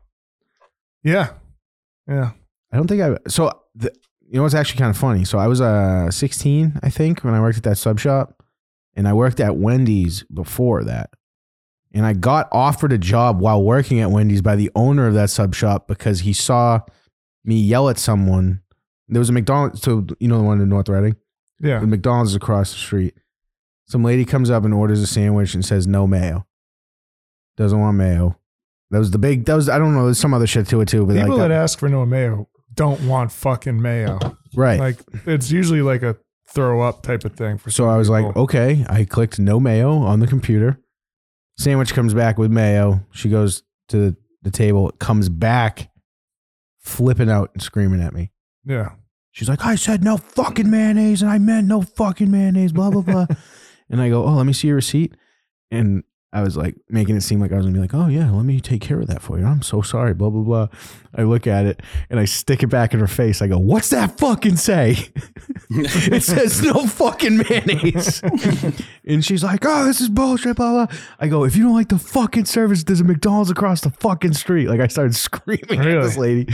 Speaker 2: Yeah, yeah.
Speaker 1: I don't think I. So the, you know what's actually kind of funny. So I was uh 16, I think, when I worked at that sub shop, and I worked at Wendy's before that, and I got offered a job while working at Wendy's by the owner of that sub shop because he saw me yell at someone. There was a McDonald's, so you know the one in North Reading.
Speaker 2: Yeah.
Speaker 1: The McDonald's is across the street. Some lady comes up and orders a sandwich and says no mayo. Doesn't want mayo. That was the big. That was I don't know. There's some other shit to it too. But
Speaker 2: People
Speaker 1: like
Speaker 2: that ask for no mayo don't want fucking mayo.
Speaker 1: right.
Speaker 2: Like it's usually like a throw up type of thing for
Speaker 1: So
Speaker 2: some
Speaker 1: I was like, "Oh."
Speaker 2: people.
Speaker 1: okay. I clicked no mayo on the computer. Sandwich comes back with mayo. She goes to the table, comes back, flipping out and screaming at me.
Speaker 2: yeah.
Speaker 1: She's like, I said no fucking mayonnaise and I meant no fucking mayonnaise, blah, blah, blah. *laughs* and I go, Oh, let me see your receipt. And I was like, making it seem like I was gonna be like, Oh, yeah, let me take care of that for you. I'm so sorry, blah, blah, blah. I look at it and I stick it back in her face. I go, What's that fucking say? *laughs* it says no fucking mayonnaise. *laughs* and she's like, Oh, this is bullshit, blah, blah. I go, If you don't like the fucking service, there's a McDonald's across the fucking street. Like, I started *laughs* screaming at
Speaker 2: Really?
Speaker 1: this lady.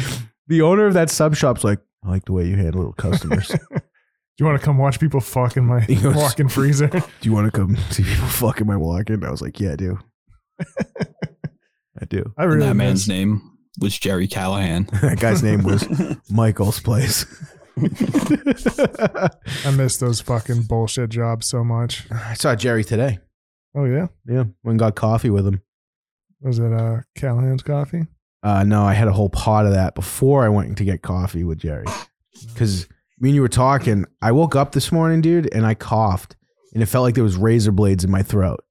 Speaker 1: The owner of that sub shop's like, I like the way you handle *laughs* customers.
Speaker 2: Do you want to come watch people fuck in
Speaker 1: *laughs*
Speaker 2: my
Speaker 1: He goes-
Speaker 2: walk-in
Speaker 1: *laughs*
Speaker 2: freezer?
Speaker 1: do you want to come see people fucking my walk in? I was like, yeah, I do. *laughs* I do. *laughs*
Speaker 2: I
Speaker 3: And
Speaker 2: really
Speaker 3: that
Speaker 2: miss-
Speaker 3: man's name was Jerry Callahan.
Speaker 1: That guy's name *laughs* was Michael's place.
Speaker 2: I miss those fucking bullshit jobs so much.
Speaker 1: I saw Jerry today.
Speaker 2: Oh yeah,
Speaker 1: Yeah, when got coffee with him.
Speaker 2: was it uh Callahan's coffee?
Speaker 1: Uh, no, I had a whole pot of that before I went to get coffee with Jerry. Because me and you were talking, I woke up this morning, dude, and I coughed, and it felt like there was razor blades in my throat.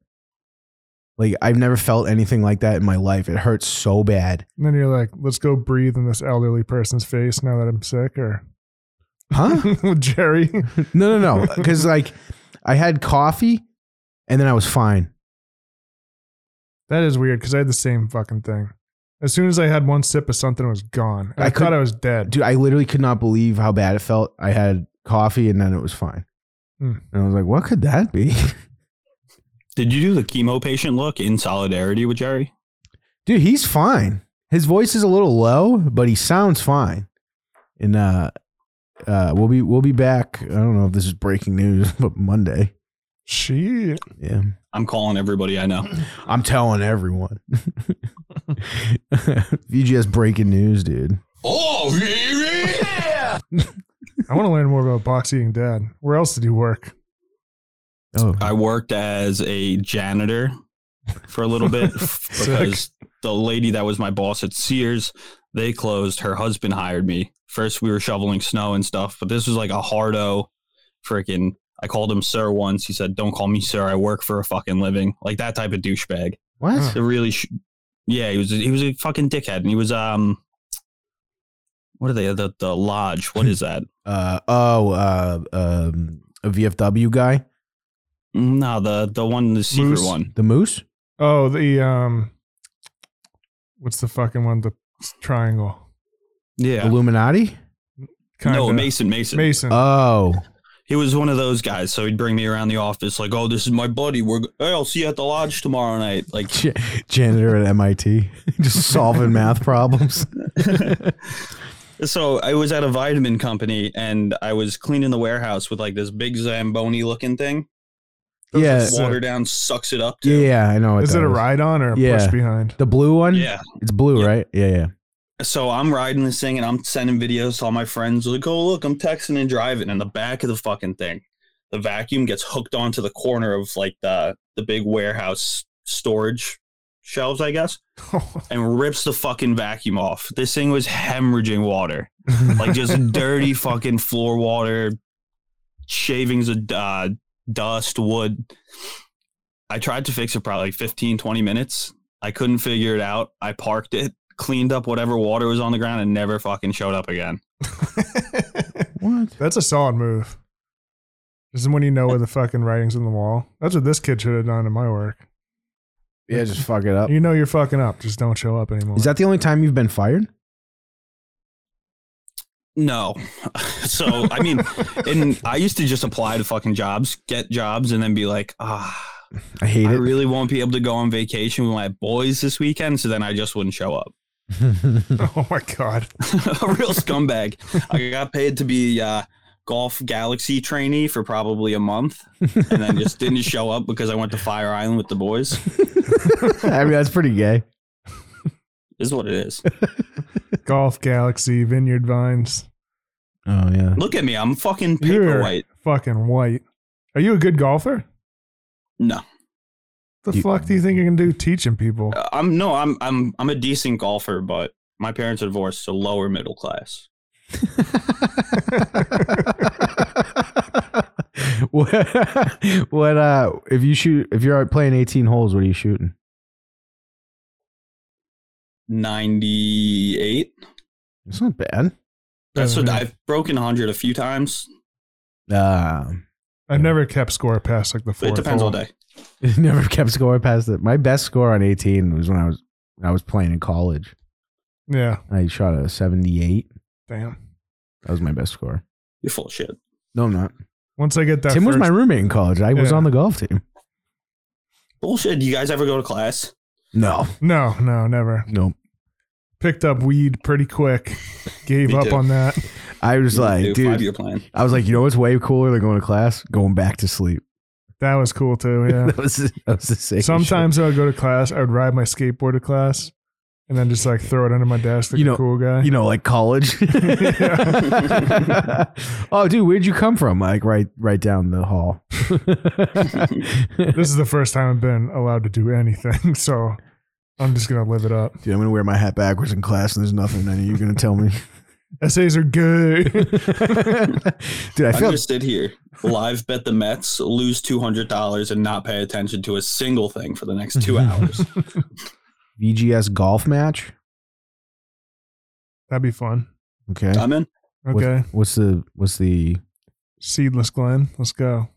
Speaker 1: Like I've never felt anything like that in my life. It hurt so bad.
Speaker 2: And then you're like, let's go breathe in this elderly person's face now that I'm sick, or
Speaker 1: Huh?
Speaker 2: with *laughs* Jerry.
Speaker 1: *laughs* No, no, no. Because like I had coffee and then I was fine.
Speaker 2: That is weird because I had the same fucking thing. As soon as I had one sip of something, it was gone.
Speaker 1: I
Speaker 2: I, thought
Speaker 1: could-
Speaker 2: I was dead.
Speaker 1: Dude, I literally could not believe how bad it felt. I had coffee and then it was fine.
Speaker 2: Hmm.
Speaker 1: And I was like, what could that be?
Speaker 3: Did you do the chemo patient look in solidarity with Jerry?
Speaker 1: Dude, he's fine. His voice is a little low, but he sounds fine. And uh uh we'll be we'll be back. I don't know if this is breaking news, *laughs* but Monday.
Speaker 2: Shit.
Speaker 1: Yeah.
Speaker 3: I'm calling everybody I know.
Speaker 1: I'm telling everyone. *laughs* VGS breaking news, dude.
Speaker 3: Oh, yeah.
Speaker 2: I want to learn more about box eating dad. Where else did he work?
Speaker 1: Oh,
Speaker 2: Uh,
Speaker 3: I worked as a janitor for a little bit f-
Speaker 2: Sick.
Speaker 3: because the lady that was my boss at Sears, they closed. Her husband hired me. First, we were shoveling snow and stuff, but this was like a hard O freaking. I called him sir once. He said, Don't call me sir. I work for a fucking living. Like that type of douchebag.
Speaker 1: what?
Speaker 2: uh.
Speaker 3: It really, sh- yeah, he was, he was a fucking dickhead. And he was, um, what are they? The, the lodge. What is that?
Speaker 1: Uh, oh, uh, um, a VFW guy,
Speaker 3: No, the, the one, the secret
Speaker 2: Moose?
Speaker 3: one.
Speaker 1: the moose.
Speaker 2: Oh, the um, what's the fucking one? The triangle.
Speaker 3: Yeah.
Speaker 1: Illuminati.
Speaker 3: No,
Speaker 2: Kinda.
Speaker 3: Mason, Mason.
Speaker 2: Mason.
Speaker 1: Oh,
Speaker 3: he was one of those guys. So he'd bring me around the office, like, "Oh, this is my buddy. We're g- hey, I'll see you at the lodge tomorrow night." Like,
Speaker 1: j- janitor at MIT, *laughs* just solving math
Speaker 2: *laughs*
Speaker 1: problems.
Speaker 3: so I was at a vitamin company and I was cleaning the warehouse with like this big zamboni looking thing.
Speaker 1: yeah,
Speaker 2: Sick.
Speaker 3: Water down, sucks it up.
Speaker 1: yeah,
Speaker 3: Too.
Speaker 1: yeah. I know. what
Speaker 2: Is
Speaker 1: that
Speaker 2: it a ride on or a
Speaker 1: Yeah.
Speaker 2: push behind?
Speaker 1: The blue one.
Speaker 3: Yeah.
Speaker 1: it's blue,
Speaker 3: Yeah.
Speaker 1: right? Yeah, yeah.
Speaker 3: So I'm riding this thing and I'm sending videos to all my friends. Like, oh look, I'm texting and driving, and the back of the fucking thing, the vacuum gets hooked onto the corner of like the the big warehouse storage shelves, I guess. and rips the fucking vacuum off. This thing was hemorrhaging water, like just
Speaker 1: *laughs*
Speaker 3: dirty fucking floor water, shavings of uh, dust, wood. I tried to fix it probably 15, 20 minutes. I couldn't figure it out. I parked it, cleaned up whatever water was on the ground, and never fucking showed up again.
Speaker 1: What?
Speaker 2: *laughs* That's a solid move. This is when you know where the fucking writing's on the wall. That's what this kid should have done in my work.
Speaker 1: Yeah, just fuck it up.
Speaker 2: You know you're fucking up. Just don't show up anymore.
Speaker 1: Oh. Is that the only time you've been fired?
Speaker 3: No. *laughs* so, I mean, and I used to just apply to fucking jobs, get jobs, and then be like, ah.
Speaker 1: I hate
Speaker 3: I
Speaker 1: it.
Speaker 3: really won't be able to go on vacation with my boys this weekend, so then I just wouldn't show up.
Speaker 2: *laughs* oh my
Speaker 1: *laughs*
Speaker 2: god.
Speaker 3: *laughs* a real scumbag. I got paid to be uh, golf galaxy trainee for probably a month, and then just didn't show up because I went to Fire Island with the boys.
Speaker 1: *laughs* I mean, that's pretty gay.
Speaker 3: Is what it is.
Speaker 2: Golf Galaxy, Vineyard Vines.
Speaker 1: Oh yeah.
Speaker 3: Look at me, I'm fucking
Speaker 2: You're
Speaker 3: paperweight.
Speaker 2: fucking white. Are you a good golfer?
Speaker 3: No,
Speaker 2: The
Speaker 1: You-
Speaker 2: fuck do you think you can do teaching people?
Speaker 3: Uh, I'm no, I'm I'm I'm a decent golfer, but my parents are divorced, so lower middle class.
Speaker 1: what? *laughs* What? Uh, if you shoot, if you're out playing 18 holes, what are you shooting?
Speaker 3: Ninety eight.
Speaker 1: It's not bad.
Speaker 3: That's what
Speaker 2: Mhm.
Speaker 3: I've broken hundred a few times.
Speaker 1: Uh,
Speaker 2: I've never kept score past like the
Speaker 3: But
Speaker 2: fourth.
Speaker 3: it depends
Speaker 2: hole.
Speaker 3: all day.
Speaker 1: *laughs* never kept score past it. My best score on 18 was when I was when I was playing in college.
Speaker 2: Yeah.
Speaker 1: I shot a 78.
Speaker 2: Damn.
Speaker 1: That was my best score.
Speaker 3: You're full of shit.
Speaker 1: No, I'm not.
Speaker 2: Once I get that
Speaker 1: Tim was
Speaker 2: first-
Speaker 1: my roommate in college. I was
Speaker 2: Yeah.
Speaker 1: on the golf team.
Speaker 3: Bullshit. Do you guys ever go to class?
Speaker 1: No,
Speaker 2: *laughs* No, no, never.
Speaker 1: no.
Speaker 2: Picked up weed pretty
Speaker 1: *laughs*
Speaker 2: quick. Gave
Speaker 3: Me
Speaker 2: up
Speaker 3: too.
Speaker 2: on that.
Speaker 1: I was like,
Speaker 3: five
Speaker 1: dude.
Speaker 3: year plan.
Speaker 1: I was like, you know what's way cooler than going to class? Going back to sleep.
Speaker 2: That was cool too.
Speaker 1: *laughs*
Speaker 2: Yeah.
Speaker 1: that was that was the sickest
Speaker 2: Sometimes I would go to class. I would ride my skateboard to class, and then just like throw it under my desk like
Speaker 1: You know-
Speaker 2: a cool guy.
Speaker 1: shit. you know, like college. *laughs*
Speaker 2: *laughs* Yeah.
Speaker 1: oh, dude, where'd you come from? Like right, right down the hall.
Speaker 2: *laughs* this is the first time I've been allowed to do anything, *laughs* so I'm just gonna live it up.
Speaker 1: dude, I'm gonna wear my hat backwards in class, and there's nothing any of you gonna
Speaker 2: *laughs*
Speaker 1: tell me.
Speaker 2: Essays
Speaker 1: *laughs*
Speaker 2: are good.
Speaker 1: dude, I
Speaker 3: I'm
Speaker 1: feel
Speaker 3: gonna sit here, live bet the Mets, lose two hundred dollars, and not pay attention to a single thing for the next
Speaker 1: *laughs*
Speaker 3: two hours.
Speaker 1: VGS golf match.
Speaker 2: That'd be fun.
Speaker 1: Okay.
Speaker 3: I'm in.
Speaker 1: What-
Speaker 2: Okay,
Speaker 1: what's the what's the *laughs*
Speaker 2: seedless Glen. Let's go.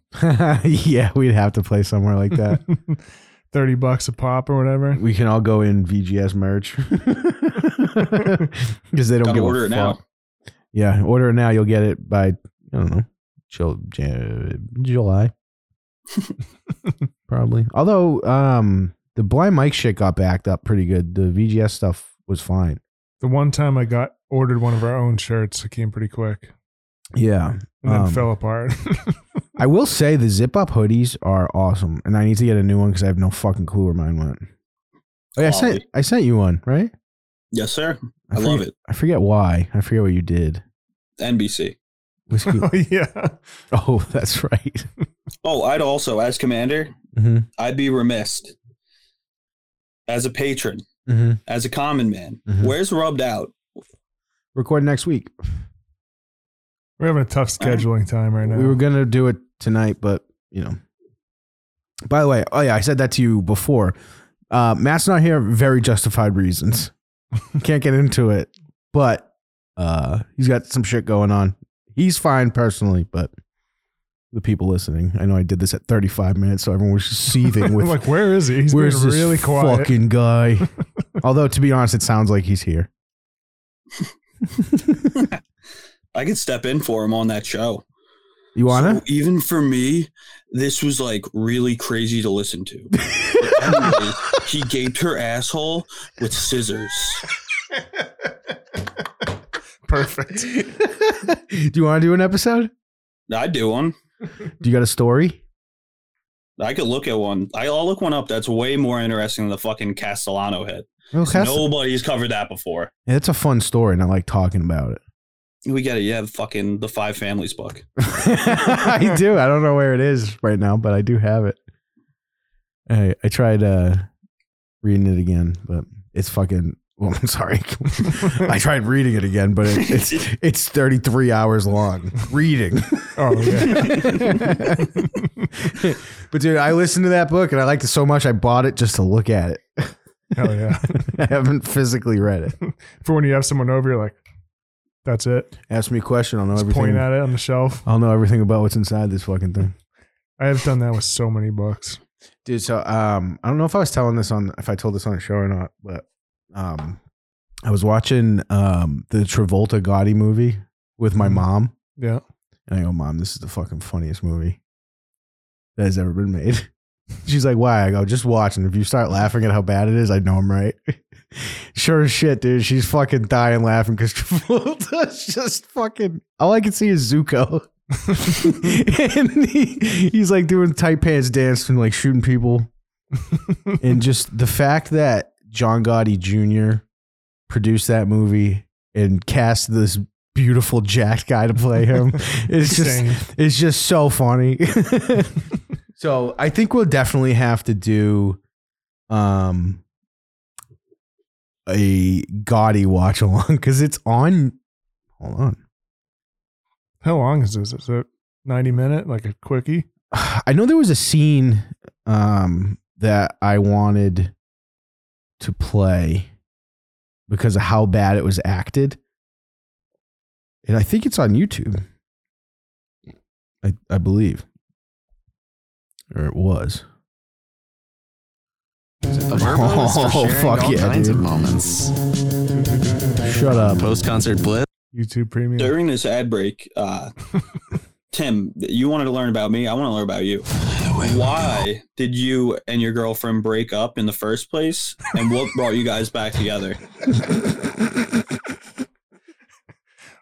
Speaker 1: yeah, we'd have to play somewhere like that.
Speaker 2: *laughs* Thirty bucks a pop or whatever.
Speaker 1: we can all go in VGS merch *laughs*
Speaker 3: *laughs*
Speaker 1: because they don't
Speaker 3: Gotta
Speaker 1: give
Speaker 3: order
Speaker 1: a
Speaker 3: it now.
Speaker 1: fuck. Yeah, order it now. You'll get it by I don't know, Jul- Jan-
Speaker 3: *laughs*
Speaker 1: July, probably. Although um, the blind mic shit got backed up pretty good. The VGS stuff was fine.
Speaker 2: The one time I got ordered one of our own shirts, it came pretty quick
Speaker 1: Yeah,
Speaker 2: and then
Speaker 1: Um,
Speaker 2: fell apart. *laughs*
Speaker 1: I will say the zip up hoodies are awesome, and I need to get a new one because I have no fucking clue where mine went. Oh, yeah, I sent
Speaker 3: Quality.
Speaker 1: I sent you one, right?
Speaker 3: Yes, sir.
Speaker 1: I,
Speaker 3: I love
Speaker 1: forget-
Speaker 3: it.
Speaker 1: I forget why. I forget what you did.
Speaker 3: NBC. *laughs*
Speaker 1: Whiskey.
Speaker 2: yeah.
Speaker 1: *laughs* oh, that's right.
Speaker 3: Oh, I'd also, as commander,
Speaker 2: Mm-hmm.
Speaker 1: hmm
Speaker 3: I'd be remiss as a patron,
Speaker 2: Mm-hmm.
Speaker 1: hmm
Speaker 3: as a common man.
Speaker 1: Mhm.
Speaker 3: Where's rubbed out?
Speaker 1: Record next week.
Speaker 2: We're having a tough scheduling time right now.
Speaker 1: We were gonna do it tonight, but you know. By the way, oh yeah, I said that to you before. Uh, Matt's not here. Very justified
Speaker 2: *laughs*
Speaker 1: reasons. Can't get into it, but uh, he's got some shit going on. He's fine personally, but the people listening, I know I did this at 35 minutes, so everyone was just
Speaker 2: *laughs*
Speaker 1: seething with
Speaker 2: like, where is he? He's been
Speaker 1: where's this
Speaker 2: really quiet.
Speaker 1: fucking guy. Although to be honest, it sounds like he's here.
Speaker 3: I could step in for him on that show.
Speaker 1: You wanna?
Speaker 3: So even for me, this was like really crazy to
Speaker 1: *laughs*
Speaker 3: listen to. But anyway, he gaped her asshole with scissors.
Speaker 2: *laughs* Perfect.
Speaker 1: *laughs* do you want to do an episode?
Speaker 3: I do one.
Speaker 1: Do you got a story?
Speaker 3: I could look at one. I- I'll look one up. That's way more interesting than the fucking Castellano hit.
Speaker 1: Okay.
Speaker 3: Nobody's covered that before.
Speaker 1: Yeah, It's a fun story, and I like talking about it. *laughs*
Speaker 3: We got it. You have fucking the Five Families book.
Speaker 1: I do. I don't know where it is right now, but I do have it. I I tried uh, reading it again, but it's fucking. Well, *laughs* I'm sorry. I tried reading it again, but it, it's it's 33 hours long reading.
Speaker 2: Oh, yeah.
Speaker 1: *laughs* but dude, I listened to that book and I liked it so much I bought it just to look at it.
Speaker 2: Hell yeah.
Speaker 1: *laughs* I haven't physically read it.
Speaker 2: *laughs* For when you have someone over, you're like, that's it.
Speaker 1: Ask me a question, I'll know
Speaker 2: Just
Speaker 1: everything.
Speaker 2: point at it on the shelf.
Speaker 1: I'll know everything about what's inside this fucking thing.
Speaker 2: I have done that with so many books.
Speaker 1: dude so um i don't know if i was telling this on if i told this on the show or not but um i was watching um the travolta gotti movie with my
Speaker 2: Mhm.
Speaker 1: mom
Speaker 2: Yeah.
Speaker 1: and i go mom this is the fucking funniest movie that has ever been made *laughs* she's like why i go just watch and if you start laughing at how bad it is i know i'm right *laughs* sure as shit dude she's fucking dying laughing because travolta's *laughs* just fucking all i can see is zuko *laughs* and he, he's like doing tight pants dance and like shooting people. and just the fact that John Gotti Jr. produced that movie and cast this beautiful jacked guy to play him *laughs* *laughs* it's just
Speaker 2: Insane.
Speaker 1: it's just so funny. *laughs* so I think we'll definitely have to do um a Gotti watch along because it's on hold on.
Speaker 2: How long is this? Is it 90 minute, like a quickie?
Speaker 1: I know there was a scene um, that I wanted to play because of how bad it was acted, and I think it's on YouTube. I I believe, or it was.
Speaker 6: Verbo is for
Speaker 1: *laughs* Oh,
Speaker 6: sharing
Speaker 1: fuck
Speaker 6: all
Speaker 1: yeah,
Speaker 6: kinds
Speaker 1: dude.
Speaker 6: of moments.
Speaker 1: Shut up.
Speaker 3: *laughs*
Speaker 6: Post concert blitz.
Speaker 2: YouTube Premium.
Speaker 3: During this ad break, uh, Tim, you wanted to learn about me. I want to learn about you. Why did you and your girlfriend break up in the first place? And what brought you guys back together?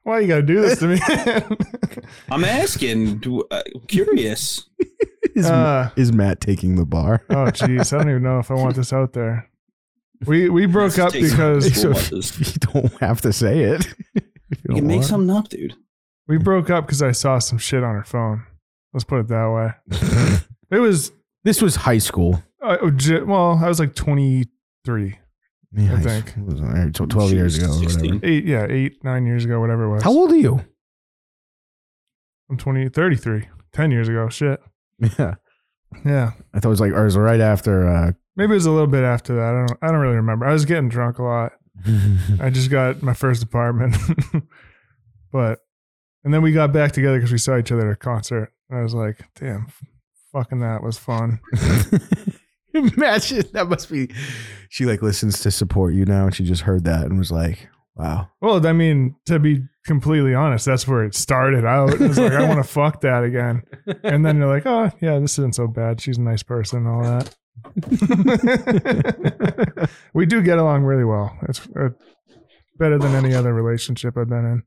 Speaker 2: Why you gotta do
Speaker 1: *laughs*
Speaker 2: this to me?
Speaker 3: I'm asking, do- uh, curious.
Speaker 1: Is,
Speaker 2: uh,
Speaker 1: is Matt taking the bar?
Speaker 2: oh jeez, I don't even know if I want this out there. We we broke up
Speaker 1: *laughs*
Speaker 3: Takes-
Speaker 2: because
Speaker 3: School buses.
Speaker 1: you don't have to say it. *laughs* If
Speaker 3: You
Speaker 1: don't
Speaker 3: can make
Speaker 1: want.
Speaker 3: something up, dude.
Speaker 2: *laughs* we broke up because I saw some shit on her phone. Let's put it that way. It was
Speaker 1: *laughs* This was high school.
Speaker 2: uh, legit- well, I was like 23,
Speaker 1: Yeah,
Speaker 2: I
Speaker 1: high
Speaker 2: think.
Speaker 1: school was- all right, so Twelve years
Speaker 3: She's
Speaker 1: ago, or whatever.
Speaker 3: 16.
Speaker 2: eight yeah, eight nine years ago, whatever it was.
Speaker 1: How old are you?
Speaker 2: I'm 20, 33, 10 years ago. Shit.
Speaker 1: *laughs* Yeah,
Speaker 2: Yeah,
Speaker 1: I thought it was like, or it was right after. Uh, *laughs*
Speaker 2: maybe it was a little bit after that. I don't I don't really remember. I was getting drunk a lot. I just got my first apartment. *laughs* but and then we got back together because we saw each other at a concert. I was like, damn, fucking that was fun.
Speaker 1: imagine that must be. She like listens to support you now, and she just heard that and was like, "Wow."
Speaker 2: Well, I mean, to be completely honest, that's where it started out. It was like, I want to fuck that again. And then you're like, oh yeah, this isn't so bad. She's a nice person and all that. *laughs* we do get along really well. It's uh, better than any other relationship I've been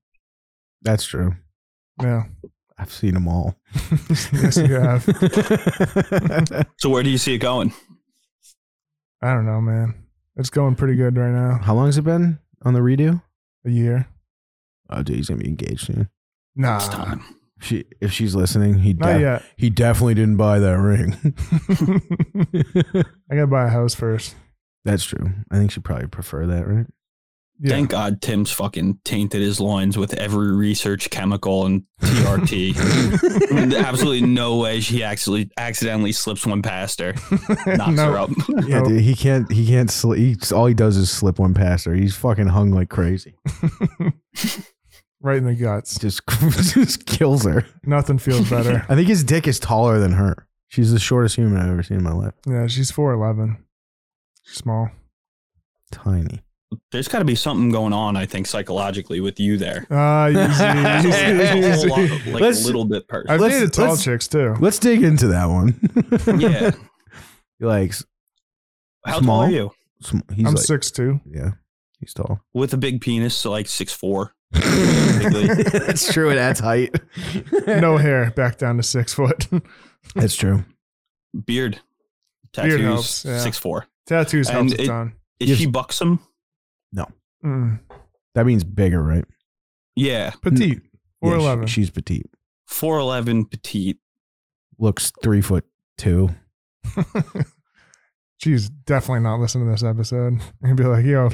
Speaker 1: That's true.
Speaker 2: in. Yeah.
Speaker 1: I've seen them all.
Speaker 2: *laughs* Yes, you
Speaker 1: *laughs*
Speaker 2: have.
Speaker 3: So where do you see it going?
Speaker 2: I don't know, man. It's going pretty good right now.
Speaker 1: How long has it been on the redo?
Speaker 2: A year.
Speaker 1: Oh, dude, he's gonna be engaged soon.
Speaker 2: Nah,
Speaker 3: It's time.
Speaker 1: She, if she's listening, he
Speaker 2: not
Speaker 1: def-
Speaker 2: yet.
Speaker 1: he definitely didn't buy that
Speaker 2: *laughs*
Speaker 1: ring. *laughs*
Speaker 2: I gotta buy a house first.
Speaker 1: That's true. I think she'd probably prefer that, right?
Speaker 2: Yeah.
Speaker 3: Thank God Tim's fucking tainted his loins with every research chemical and TRT.
Speaker 2: *laughs*
Speaker 3: There's absolutely no way she actually accidentally slips one
Speaker 2: *laughs*
Speaker 3: past her, knocks
Speaker 2: No.
Speaker 3: her up.
Speaker 1: Yeah,
Speaker 2: Nope.
Speaker 1: dude, he can't. He can't. Sl- he, all he does is slip one past her. He's fucking hung like crazy.
Speaker 2: right in the guts.
Speaker 1: Just *laughs* just kills her.
Speaker 2: Nothing feels
Speaker 1: *laughs*
Speaker 2: better.
Speaker 1: I think his dick is taller than her. She's the shortest human I've ever seen in my life.
Speaker 2: yeah, she's four eleven. Small.
Speaker 1: Tiny.
Speaker 3: There's got to be something going on, I think, psychologically with you
Speaker 2: *laughs*
Speaker 3: there.
Speaker 1: *laughs*
Speaker 2: Ah, easy,
Speaker 3: A
Speaker 2: easy,
Speaker 3: whole lot
Speaker 2: easy.
Speaker 3: of, like
Speaker 1: Let's-
Speaker 3: little bit person.
Speaker 2: I've
Speaker 1: Let's-
Speaker 2: dated tall
Speaker 1: let's-
Speaker 2: chicks too.
Speaker 1: Let's dig into that one. *laughs*
Speaker 3: Yeah.
Speaker 1: He likes.
Speaker 3: How
Speaker 1: Small?
Speaker 3: tall are you?
Speaker 1: Sm- he's
Speaker 2: I'm
Speaker 1: like.
Speaker 2: six two.
Speaker 1: Yeah, he's tall.
Speaker 3: With a big penis, so like six four.
Speaker 1: *laughs* That's true. It adds height.
Speaker 2: No hair, back down to six foot.
Speaker 1: *laughs*
Speaker 2: *laughs*
Speaker 1: That's true.
Speaker 3: Beard,
Speaker 2: Beard
Speaker 3: tattoos,
Speaker 2: helps, yeah.
Speaker 3: six four.
Speaker 2: Tattoos
Speaker 3: And
Speaker 2: helps a
Speaker 3: it-
Speaker 2: ton.
Speaker 3: Is
Speaker 1: Yes.
Speaker 3: she buxom?
Speaker 2: Mm.
Speaker 1: That means bigger, right?
Speaker 3: Yeah,
Speaker 2: Petite, four
Speaker 1: Yeah, she-
Speaker 2: eleven.
Speaker 1: she's petite.
Speaker 3: four eleven, petite.
Speaker 1: Looks three foot two. *laughs*
Speaker 2: She's definitely not listening to this episode. *laughs* And be like, yo,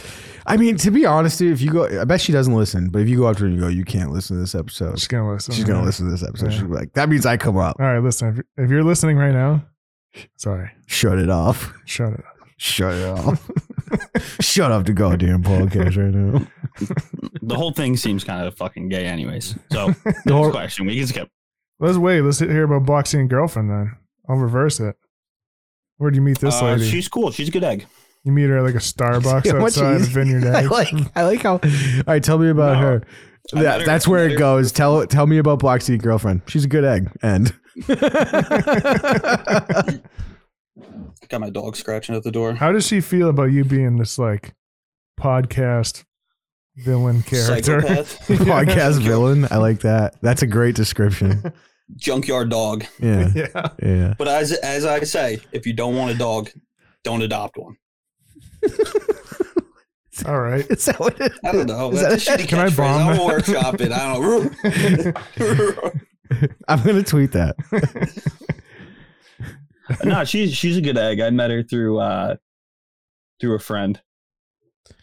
Speaker 1: I mean, to be honest, dude, if you go, I bet she doesn't listen. But if you go up to her and you go, you can't listen to this episode.
Speaker 2: she's gonna listen.
Speaker 1: She's gonna listen to this episode.
Speaker 2: Yeah.
Speaker 1: She'll be like, that means I come up.
Speaker 2: All right, listen. If you're, if you're listening right now, *laughs* sorry,
Speaker 1: Shut it off.
Speaker 2: shut it.
Speaker 1: *laughs* Shut it off. *laughs* Shut up to goddamn podcast right now.
Speaker 3: The whole thing seems kind of fucking gay, anyways.
Speaker 2: *laughs*
Speaker 3: So
Speaker 1: The
Speaker 3: next
Speaker 1: whole-
Speaker 3: question, we can skip.
Speaker 2: Let's wait. Let's hear about Bloxy and girlfriend then. I'll reverse it. Where do you meet this
Speaker 3: Uh,
Speaker 2: lady?
Speaker 3: She's cool. She's a good egg.
Speaker 2: you meet her at like a Starbucks
Speaker 1: Yeah, *laughs* what
Speaker 2: outside
Speaker 1: she's- *laughs*
Speaker 2: Vineyard
Speaker 1: I
Speaker 2: Egg.
Speaker 1: like. I like how. All right, tell me about
Speaker 3: No.
Speaker 1: her.
Speaker 3: I met
Speaker 1: That-
Speaker 3: her-
Speaker 1: that's where
Speaker 3: met
Speaker 1: it
Speaker 3: her-
Speaker 1: goes. Tell tell me about Bloxy girlfriend. She's a good egg. *laughs* End.
Speaker 3: Got my dog scratching at the door.
Speaker 2: How does she feel about you being this like podcast villain character?
Speaker 3: Psychopath, *laughs*
Speaker 1: podcast villain. I like that. That's a great description.
Speaker 3: junkyard dog.
Speaker 1: Yeah.
Speaker 2: *laughs* yeah.
Speaker 1: *laughs* Yeah.
Speaker 3: But as as I say, if you don't want a dog, don't adopt one.
Speaker 2: All right.
Speaker 1: Is that what it
Speaker 3: I don't know.
Speaker 1: Is
Speaker 3: That's
Speaker 1: that
Speaker 3: a shitty
Speaker 2: Can I
Speaker 3: catchphrase.
Speaker 2: bomb?
Speaker 3: I'll workshop it. I don't *laughs* know.
Speaker 2: *laughs*
Speaker 1: I'm gonna tweet that.
Speaker 3: no, she's she's a good egg. I met her through uh through a friend.
Speaker 1: *laughs*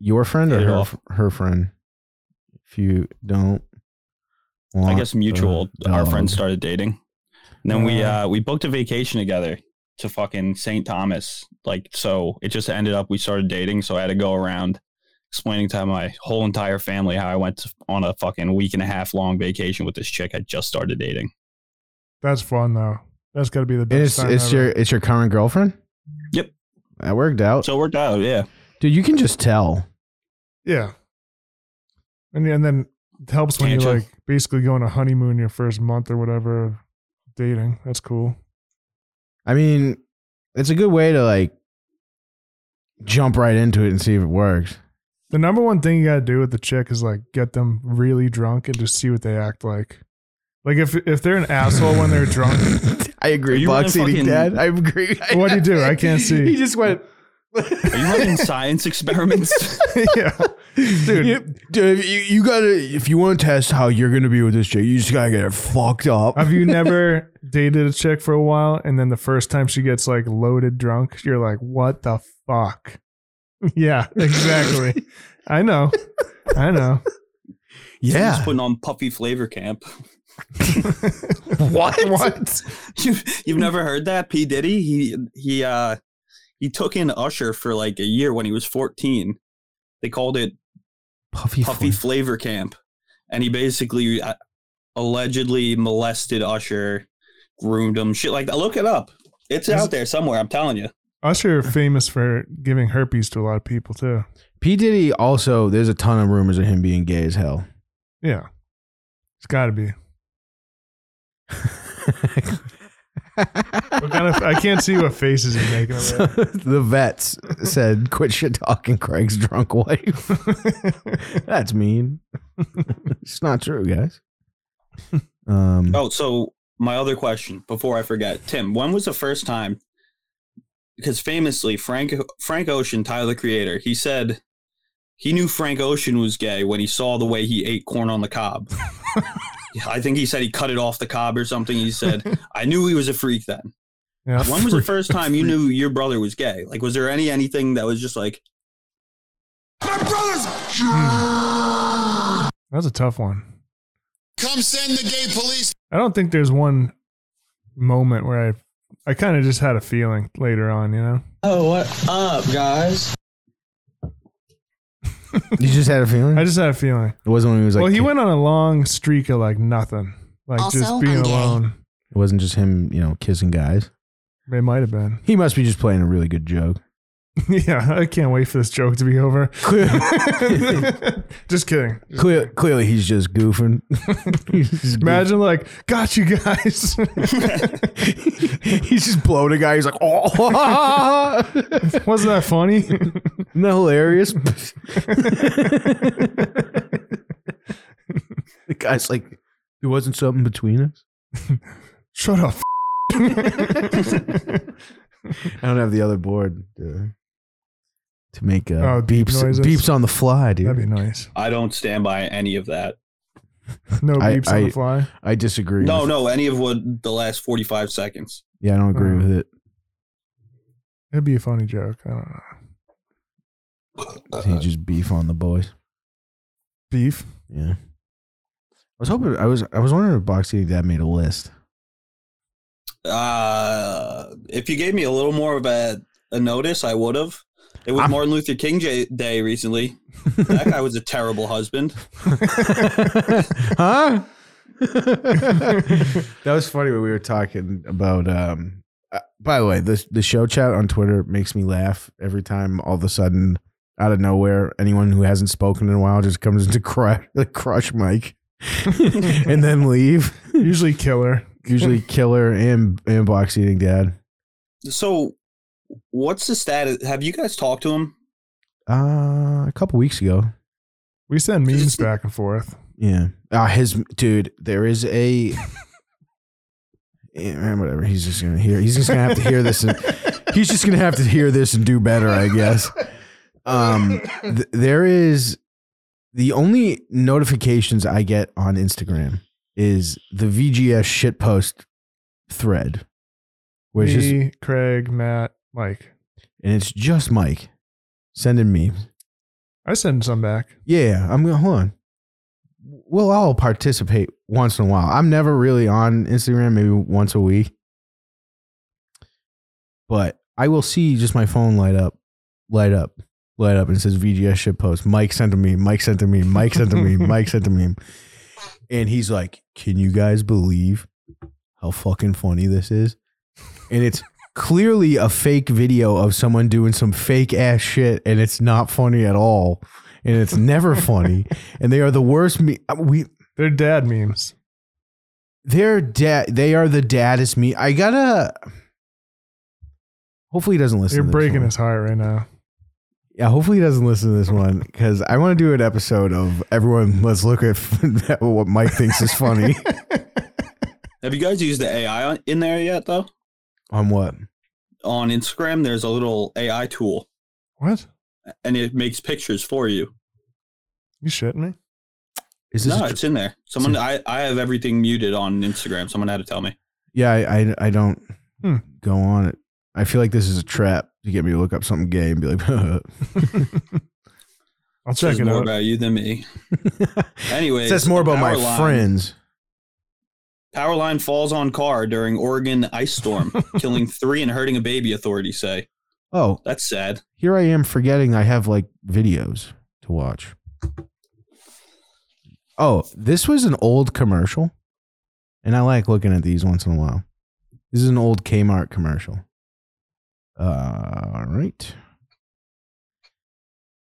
Speaker 1: Your friend or
Speaker 3: Hit it
Speaker 1: her,
Speaker 3: off.
Speaker 1: her friend? If you don't, want
Speaker 3: I guess mutual.
Speaker 1: the
Speaker 3: Our
Speaker 1: dog.
Speaker 3: friends started dating. And then we
Speaker 2: Uh.
Speaker 3: uh we booked a vacation together to fucking St. Thomas. Like so it just ended up we started dating, so I had to go around explaining to my whole entire family how I went on a fucking week and a half long vacation with this chick I just started dating.
Speaker 2: That's fun though. That's gotta be the
Speaker 1: And
Speaker 2: best.
Speaker 1: it's
Speaker 2: time
Speaker 1: it's
Speaker 2: ever.
Speaker 1: your it's your current girlfriend.
Speaker 3: Yep.
Speaker 1: that worked out,
Speaker 3: So it worked out, yeah.
Speaker 1: dude. You can just tell.
Speaker 2: Yeah. And and then it helps when
Speaker 3: Can't
Speaker 2: you
Speaker 3: you?
Speaker 2: like basically go on a honeymoon your first month or whatever of dating. That's cool.
Speaker 1: I mean, it's a good way to like jump right into it and see if it works.
Speaker 2: The number one thing you gotta do with the chick is like get them really drunk and just see what they act like. Like if if they're an asshole when
Speaker 1: *laughs*
Speaker 2: they're drunk, *laughs*
Speaker 1: I
Speaker 3: Are
Speaker 1: agree.
Speaker 3: you running
Speaker 1: Box eating
Speaker 3: fucking-
Speaker 1: dad. I agree.
Speaker 2: What'd he do? I can't see.
Speaker 1: *laughs* He just
Speaker 3: *laughs*
Speaker 1: went.
Speaker 3: Are you
Speaker 1: *laughs*
Speaker 3: running science experiments?
Speaker 2: yeah.
Speaker 1: Dude, you, dude, you, you gotta if you want to test how you're gonna be with this chick, you just gotta get her fucked up.
Speaker 2: Have you never dated a chick for a while and then the first time she gets like loaded drunk, you're like, what the fuck? *laughs* Yeah, exactly. I know. I know.
Speaker 3: Just
Speaker 1: *laughs* yeah.
Speaker 3: putting on puffy flavor camp. *laughs*
Speaker 1: *laughs* What?
Speaker 2: *laughs* What?
Speaker 3: You, you've never heard that? P Diddy. He he uh he took in Usher for like a year when he was 14. They called it
Speaker 1: Puffy.
Speaker 3: Puffy
Speaker 1: Puffy.
Speaker 3: Flavor Camp, and he basically uh, allegedly molested Usher, groomed him, shit like that. Look it up. It's
Speaker 2: Is-
Speaker 3: out there somewhere. I'm telling you.
Speaker 2: Usher famous for giving herpes to a lot of people too.
Speaker 1: P Diddy also. There's a ton of rumors of him being gay as hell.
Speaker 2: Yeah. It's gotta be. What kind of I can't see what faces he's making of
Speaker 1: So, *laughs* the vets said, "Quit shit talking, Craig's drunk wife."
Speaker 2: *laughs* it.
Speaker 1: That's
Speaker 2: *laughs*
Speaker 1: mean. it's not true, guys. Um,
Speaker 3: Oh, so my other question before I forget, Tim, when was the first time? Because famously, Frank Frank Ocean, Tyler the Creator, he *laughs* said he knew Frank Ocean was gay when he saw the way he ate corn on the cob. I think he said he cut it off the cob or something. He *laughs* said, I knew he was a freak then.
Speaker 2: Yeah. *laughs*
Speaker 3: When was the first time you knew your brother was gay? Like, was there any anything that was just like,
Speaker 2: That's a tough one.
Speaker 7: Come send the gay police.
Speaker 2: I don't think there's one moment where I I kind of just had a feeling later on, you know.
Speaker 8: Oh, what up, guys?
Speaker 1: You just had a feeling.
Speaker 2: I just had a feeling.
Speaker 1: it wasn't when he was like.
Speaker 2: well, he
Speaker 1: kid-
Speaker 2: went on a long streak of like nothing, like
Speaker 9: Also,
Speaker 2: just being
Speaker 9: I'm gay.
Speaker 2: alone.
Speaker 1: It wasn't just him, you know, kissing guys.
Speaker 2: It might have been. *laughs*
Speaker 1: He must be just playing a really good joke. *laughs*
Speaker 2: yeah, I can't wait for this joke to be over. *laughs* just kidding.
Speaker 1: Clear, clearly, he's just goofing. *laughs* he's, just
Speaker 2: Imagine like, got you guys. *laughs*
Speaker 1: goofing. *laughs* he's just blowing a guy. He's like, oh, *laughs* isn't
Speaker 2: Wasn't that funny? *laughs*
Speaker 1: that hilarious? *laughs* the guy's like, there wasn't something between us.
Speaker 2: Shut up. *laughs*
Speaker 1: I don't have the other board to, to make uh,
Speaker 2: Oh, deep
Speaker 1: beeps,
Speaker 2: noises.
Speaker 1: beeps on the fly, dude.
Speaker 2: That'd be nice.
Speaker 3: I don't stand by any of that?
Speaker 2: No
Speaker 1: I-
Speaker 2: beeps on
Speaker 1: I-
Speaker 2: the fly.
Speaker 1: I disagree.
Speaker 3: No,
Speaker 1: with-
Speaker 3: no, any of what the last 45 seconds.
Speaker 1: Yeah, I don't agree
Speaker 2: Uh,
Speaker 1: with it.
Speaker 2: It'd be a funny joke. I don't know.
Speaker 1: He
Speaker 3: Uh,
Speaker 1: just beef on the boys.
Speaker 2: Beef.
Speaker 1: Yeah. I was hoping I was I was wondering if Boxing Dad made a list.
Speaker 3: Uh, if you gave me a little more of a, a notice, I would have. It was
Speaker 1: I'm-
Speaker 3: Martin Luther King J- Day recently. *laughs* That guy was a terrible husband.
Speaker 1: *laughs* huh? *laughs* that was funny when we were talking about um uh, by the way, the the show chat on Twitter makes me laugh every time all of a sudden out of nowhere anyone who hasn't spoken in a while just comes into crush like crush Mike *laughs* and then leave.
Speaker 2: Usually killer.
Speaker 3: *laughs*
Speaker 1: Usually killer and and box eating dad.
Speaker 3: So, what's the status? Have you guys talked to him?
Speaker 1: Uh a couple weeks ago.
Speaker 2: We send memes back and forth.
Speaker 1: Yeah. Uh, his dude, there is a yeah, man, whatever. He's just gonna hear he's just gonna have to hear this
Speaker 2: *laughs*
Speaker 1: and he's just gonna have to hear this and do better, I guess.
Speaker 2: *laughs*
Speaker 1: Um th- there is the only notifications I get on Instagram is the VGS shitpost thread. Where it's
Speaker 2: Me,
Speaker 1: just
Speaker 2: Craig, Matt, Mike.
Speaker 1: and it's just Mike sending me.
Speaker 2: I send some back.
Speaker 1: Yeah, I'm gonna hold on. We'll all participate once in a while. I'm never really on Instagram, maybe once a week. But I will see just my phone light up, light up, light up, and it says VGS shit post. Mike sent to me, Mike sent to me, Mike sent to me, Mike sent to me. And he's like, Can you guys believe how fucking funny this is? And it's clearly a fake video of someone doing some fake ass shit, and it's not funny at all and it's
Speaker 2: *laughs*
Speaker 1: never funny. And they are the worst. Me- uh, we
Speaker 2: They're dad memes.
Speaker 1: they're dad. They are the daddest me. I gotta. Hopefully he doesn't listen.
Speaker 2: You're
Speaker 1: to this
Speaker 2: breaking
Speaker 1: one.
Speaker 2: his heart right now.
Speaker 1: Yeah, hopefully he doesn't listen to this one because I want to do an episode of everyone. Let's look at, *laughs* at what Mike thinks is
Speaker 2: *laughs*
Speaker 1: funny
Speaker 3: Have you guys used the AI on, in there yet, though?
Speaker 1: on what.
Speaker 3: On Instagram, there's a little AI tool
Speaker 2: What?
Speaker 3: and it makes pictures for you.
Speaker 2: You shitting me?
Speaker 1: Is this?
Speaker 3: No,
Speaker 1: a tr-
Speaker 3: it's in there. Someone, I, I have everything muted on Instagram. Someone had to tell me.
Speaker 1: yeah, I I, I don't
Speaker 2: Hmm.
Speaker 1: go on it. I feel like this is a trap to get me to look up something gay and be like, *laughs*
Speaker 2: I'll
Speaker 3: Says
Speaker 2: check it
Speaker 3: more
Speaker 2: out.
Speaker 3: about you than me. Anyway,
Speaker 1: it says more about my friends.
Speaker 3: Power line falls on car during Oregon ice
Speaker 1: *laughs*
Speaker 3: storm, killing three and hurting a baby. Authorities say
Speaker 1: Oh,
Speaker 3: that's sad.
Speaker 1: here I am forgetting I have like videos to watch. Oh, this was an old commercial. And I like looking at these once in a while. This is an old Kmart commercial. Uh, all right.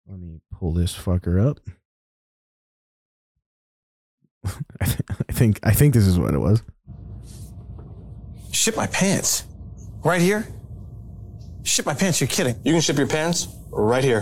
Speaker 1: Let me pull this fucker up. *laughs* I, th- I think I think this is what it was.
Speaker 10: Ship my pants. Right here? Ship my pants, you're kidding. You can ship your pants right here.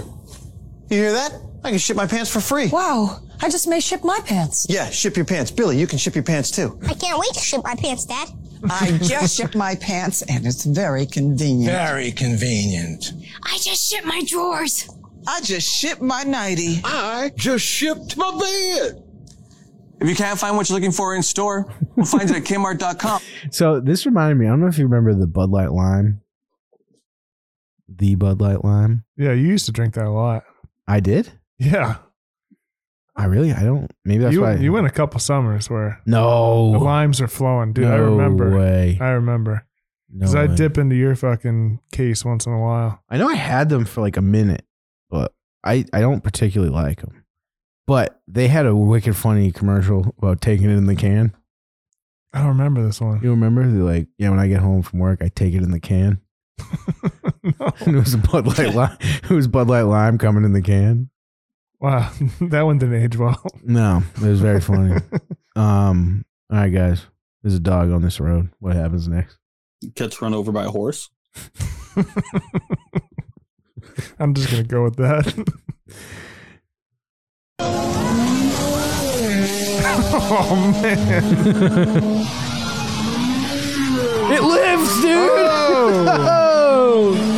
Speaker 10: You hear that? I can ship my pants for free.
Speaker 11: Wow, I just may ship my pants.
Speaker 10: Yeah, ship your pants. Billy, you can ship your pants too.
Speaker 11: I can't wait to ship my pants, Dad. I just ship my pants, and it's very convenient.
Speaker 7: Very convenient.
Speaker 9: I just ship my drawers.
Speaker 11: I just ship my nightie.
Speaker 7: I just shipped my bed.
Speaker 9: If you can't find what you're looking for in store, we'll find it at kmart.com.
Speaker 1: So this reminded me. I don't know if you remember the Bud Light Lime. The Bud Light Lime.
Speaker 2: Yeah, you used to drink that a lot.
Speaker 1: I did.
Speaker 2: Yeah.
Speaker 1: I really. I don't. Maybe that's
Speaker 2: you,
Speaker 1: why.
Speaker 2: you went a couple summers where
Speaker 1: No.
Speaker 2: the limes are flowing, dude. I
Speaker 1: No
Speaker 2: remember.
Speaker 1: way.
Speaker 2: I remember.
Speaker 1: No
Speaker 2: Because I
Speaker 1: way.
Speaker 2: dip into your fucking case once in a while.
Speaker 1: I know I had them for like a minute, but I, I don't particularly like them. But they had a wicked funny commercial about taking it in the can.
Speaker 2: I don't remember this one.
Speaker 1: You remember? They're like, yeah, when I get home from work, I take it in the can. *laughs*
Speaker 2: *laughs*
Speaker 1: and it was a Bud Light lime. It was Bud Light lime coming in the can.
Speaker 2: Wow, *laughs* that one didn't age well.
Speaker 1: No, it was very
Speaker 2: *laughs*
Speaker 1: funny. um, all right, guys, there's a dog on this road. What happens next?
Speaker 3: Gets run over by a horse.
Speaker 2: *laughs* I'm just gonna go with that. *laughs* oh man.
Speaker 1: It lives, dude. *laughs*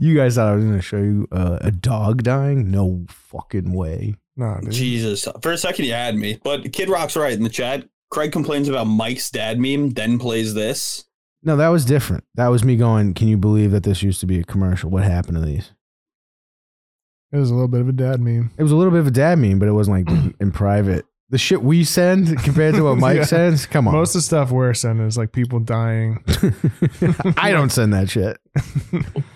Speaker 1: You guys thought I was going to show you uh, a dog dying? No fucking way.
Speaker 2: No,
Speaker 3: Jesus. For a second, you had me. But Kid Rock's right in the chat. Craig complains about Mike's dad meme, then plays this.
Speaker 1: No, that was different. That was me going, can you believe that this used to be a commercial? What happened to these?
Speaker 2: It was a little bit of a dad meme.
Speaker 1: It was a little bit of a dad meme, but it wasn't like in private. The shit we send compared to what Mike
Speaker 2: Yeah.
Speaker 1: sends? Come on.
Speaker 2: Most of the stuff we're sending is like people dying.
Speaker 1: *laughs* I don't send that shit.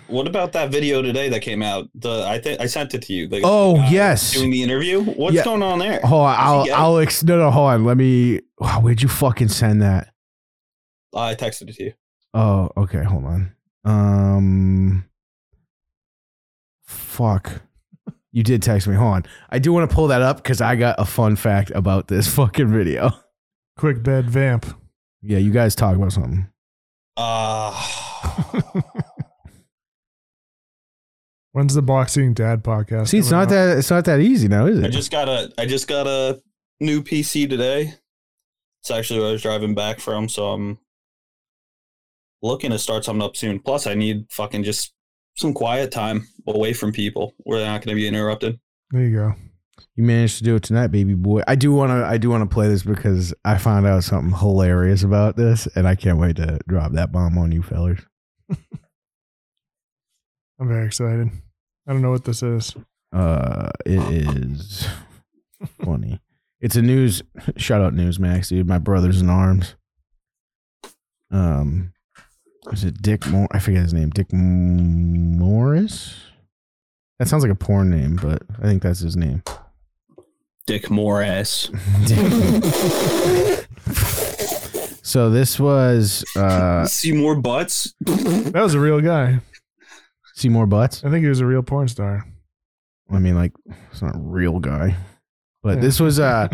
Speaker 3: What about that video today that came out? The I think I sent it to you. The
Speaker 1: Oh,
Speaker 3: guy
Speaker 1: yes.
Speaker 3: doing the interview. What's
Speaker 1: Yeah.
Speaker 3: going on there?
Speaker 1: Hold on.
Speaker 3: Is he
Speaker 1: I'll,
Speaker 3: gay?
Speaker 1: I'll, ex- no, no, hold on. Let me, wow, where'd you fucking send that?
Speaker 3: I texted it to you.
Speaker 1: Oh, okay. Hold on. Um, fuck. You did text me. Hold on. I do want to pull that up because I got a fun fact about this *laughs* fucking video.
Speaker 2: Quick bed vamp.
Speaker 1: Yeah, you guys talk about something.
Speaker 3: Uh,
Speaker 2: When's the boxing dad podcast?
Speaker 1: See, it's
Speaker 2: coming
Speaker 1: not
Speaker 2: out?
Speaker 1: that it's not that easy now, is
Speaker 3: I
Speaker 1: it?
Speaker 3: just got a I just got a new PC today. It's actually what I was driving back from, so I'm looking to start something up soon. Plus, I need fucking just some quiet time away from people where they're not going to be interrupted.
Speaker 2: There you go.
Speaker 1: you managed to do it tonight, baby boy. I do want to. I do want to play this because I found out something hilarious about this, and I can't wait to drop that bomb on you fellers.
Speaker 2: I'm very excited. I don't know what this is.
Speaker 1: Uh, it is funny. It's a news shout out Newsmax, dude. My brother's in arms. Um, is it Dick Moore? I forget his name. Dick M- Morris. That sounds like a porn name, but I think that's his name. *laughs*
Speaker 3: Dick Morris.
Speaker 1: So this was uh
Speaker 3: See more butts.
Speaker 2: That was a real guy.
Speaker 1: Seymour Butts.
Speaker 2: I think he was a real porn star.
Speaker 1: I mean, like, it's not a real guy, but this was uh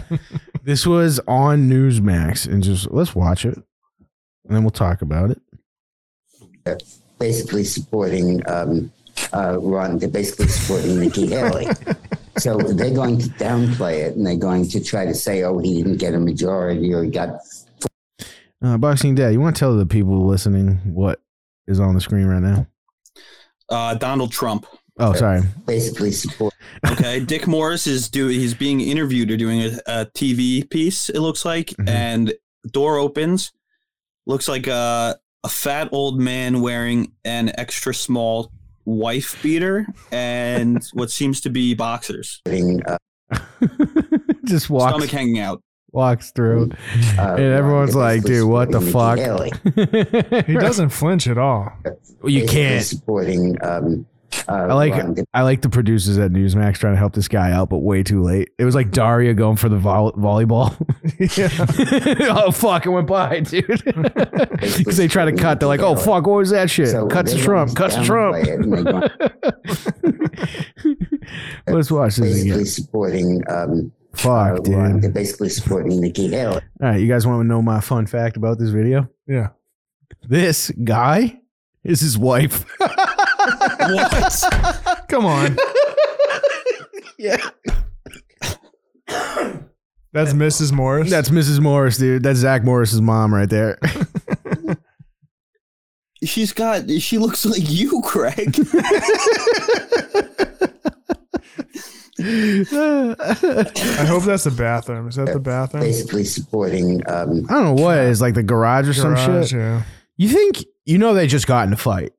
Speaker 1: this was on Newsmax, and just let's watch it, and then we'll talk about it.
Speaker 12: basically supporting um, uh, Ron. They're basically
Speaker 1: *laughs*
Speaker 12: supporting Nikki Haley. So they're going to downplay it, and they're going to try to say, "Oh, he didn't get a majority, or he got."
Speaker 1: Uh, Boxing Dad, you want to tell the people listening what is on the screen right now?
Speaker 3: Uh, Donald Trump.
Speaker 1: Oh, sorry. *laughs*
Speaker 12: Basically support.
Speaker 3: Okay, Dick Morris is do he's being interviewed or doing a, a TV piece. It looks like, and door opens. Looks like a a fat old man wearing an extra small wife beater and what seems to be boxers,
Speaker 12: uh,
Speaker 1: Just walks
Speaker 3: stomach hanging out.
Speaker 1: walks through, and everyone's like, "Dude, what the fuck?"
Speaker 2: *laughs*
Speaker 1: *laughs*
Speaker 2: He doesn't flinch at all.
Speaker 1: you can't.
Speaker 12: supporting. Um, uh,
Speaker 1: I like
Speaker 12: Ron.
Speaker 1: I like the producers at Newsmax trying to help this guy out, but way too late. It was like Daria going for the vol- volleyball. *laughs* oh fuck! It went by, dude. *laughs* Because they try to cut. They're like, "Oh fuck! What was that shit?"
Speaker 12: So
Speaker 1: cuts to
Speaker 12: they're
Speaker 1: Trump.
Speaker 12: going
Speaker 1: Cuts
Speaker 12: to
Speaker 1: to Trump.
Speaker 12: downplay it, and they're going-
Speaker 1: Let's watch *laughs* this
Speaker 12: basically
Speaker 1: again.
Speaker 12: supporting. Um,
Speaker 1: Fuck,
Speaker 12: uh, Ron.
Speaker 1: dude.
Speaker 12: They're basically supporting Nikki Haley.
Speaker 1: All right, you guys want to know my fun fact about this video?
Speaker 2: Yeah.
Speaker 1: This guy is his wife. *laughs*
Speaker 2: what? Come on.
Speaker 1: yeah. *laughs*
Speaker 2: That's Mrs. Morris.
Speaker 1: That's Mrs. Morris, dude. That's Zach Morris's mom right there.
Speaker 3: She's got. She looks like you, Craig.
Speaker 2: I hope that's the bathroom. Is that the bathroom?
Speaker 12: basically supporting. Um,
Speaker 1: I don't know what it is, like the garage or some
Speaker 2: Garage,
Speaker 1: shit.
Speaker 2: yeah.
Speaker 1: You think you know they just got in a fight?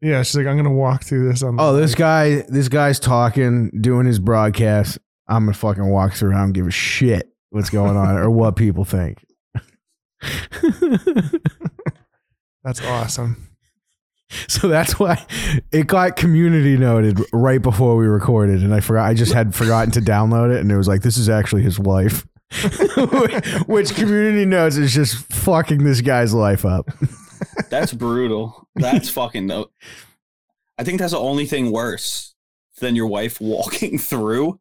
Speaker 2: Yeah, she's like, I'm gonna walk through this on.
Speaker 1: Oh, this guy, this guy's talking, doing his broadcast. I'm gonna fucking walk through. I don't give a shit what's going on or what people think. *laughs*
Speaker 2: That's awesome.
Speaker 1: *laughs* So that's why it got community noted right before we recorded, and I forgot. I just had forgotten to download it, and it was like, this is actually his wife. *laughs* Which community notes is just fucking this guy's life up.
Speaker 3: That's brutal. That's fucking. I think that's the only thing worse than your wife walking *laughs* through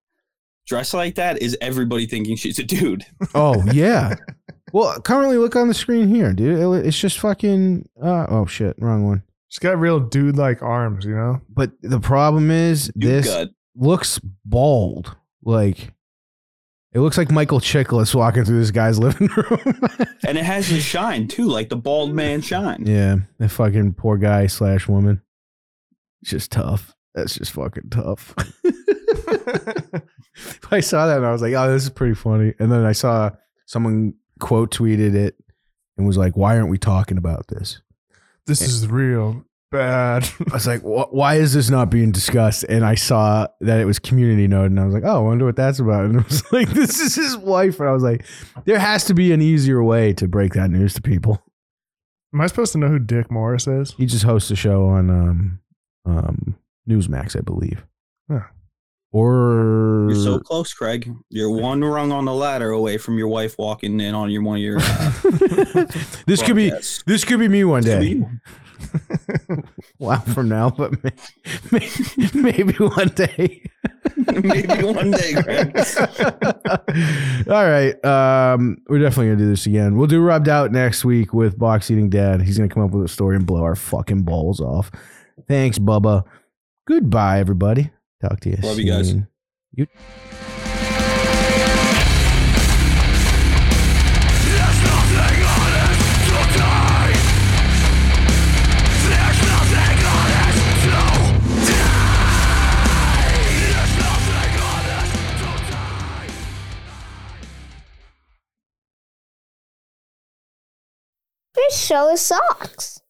Speaker 3: dressed like that is everybody thinking she's a dude.
Speaker 1: Oh yeah. Well, currently look on the screen here, dude. It- It's just fucking. Uh, oh shit, wrong one.
Speaker 2: She's got real dude like arms, you know.
Speaker 1: But the problem is this
Speaker 3: good.
Speaker 1: looks bald. Like it looks like Michael Chiklis walking through this guy's living *laughs* room.
Speaker 3: And it has his shine too, like the bald man shine.
Speaker 1: yeah, that fucking poor guy slash woman. It's just tough. That's just fucking tough. *laughs* I saw that and I was like, oh, this is pretty funny. And then I saw someone quote tweeted it and was like, why aren't we talking about this?
Speaker 2: This is real bad. *laughs*
Speaker 1: I was like, "Wh- why is this not being discussed? And I saw that it was community note, and I was like, oh, I wonder what that's about. And it was *laughs* like, this is his wife. And I was like, there has to be an easier way to break that news to people.
Speaker 2: Am I supposed to know who Dick Morris is?
Speaker 1: He just hosts a show on um, um, Newsmax, I believe.
Speaker 2: Huh.
Speaker 1: Or *laughs*
Speaker 3: You're so close, Craig. You're one rung on the ladder away from your wife walking in on your one of your. Uh,
Speaker 1: *laughs* this could be
Speaker 3: broadcast.
Speaker 1: this could be me one
Speaker 3: Could be
Speaker 1: *laughs* day. Wow, from now, but may- may- maybe one day. *laughs*
Speaker 3: *laughs* maybe one day, Craig.
Speaker 1: All right. Um, we're definitely gonna do this again. We'll do rubbed out next week with box eating dad. He's gonna come up with a story and blow our fucking balls off. Thanks, Bubba. Goodbye, everybody. Talk to you.
Speaker 3: Love you guys.
Speaker 1: soon. You-
Speaker 13: This show is socks.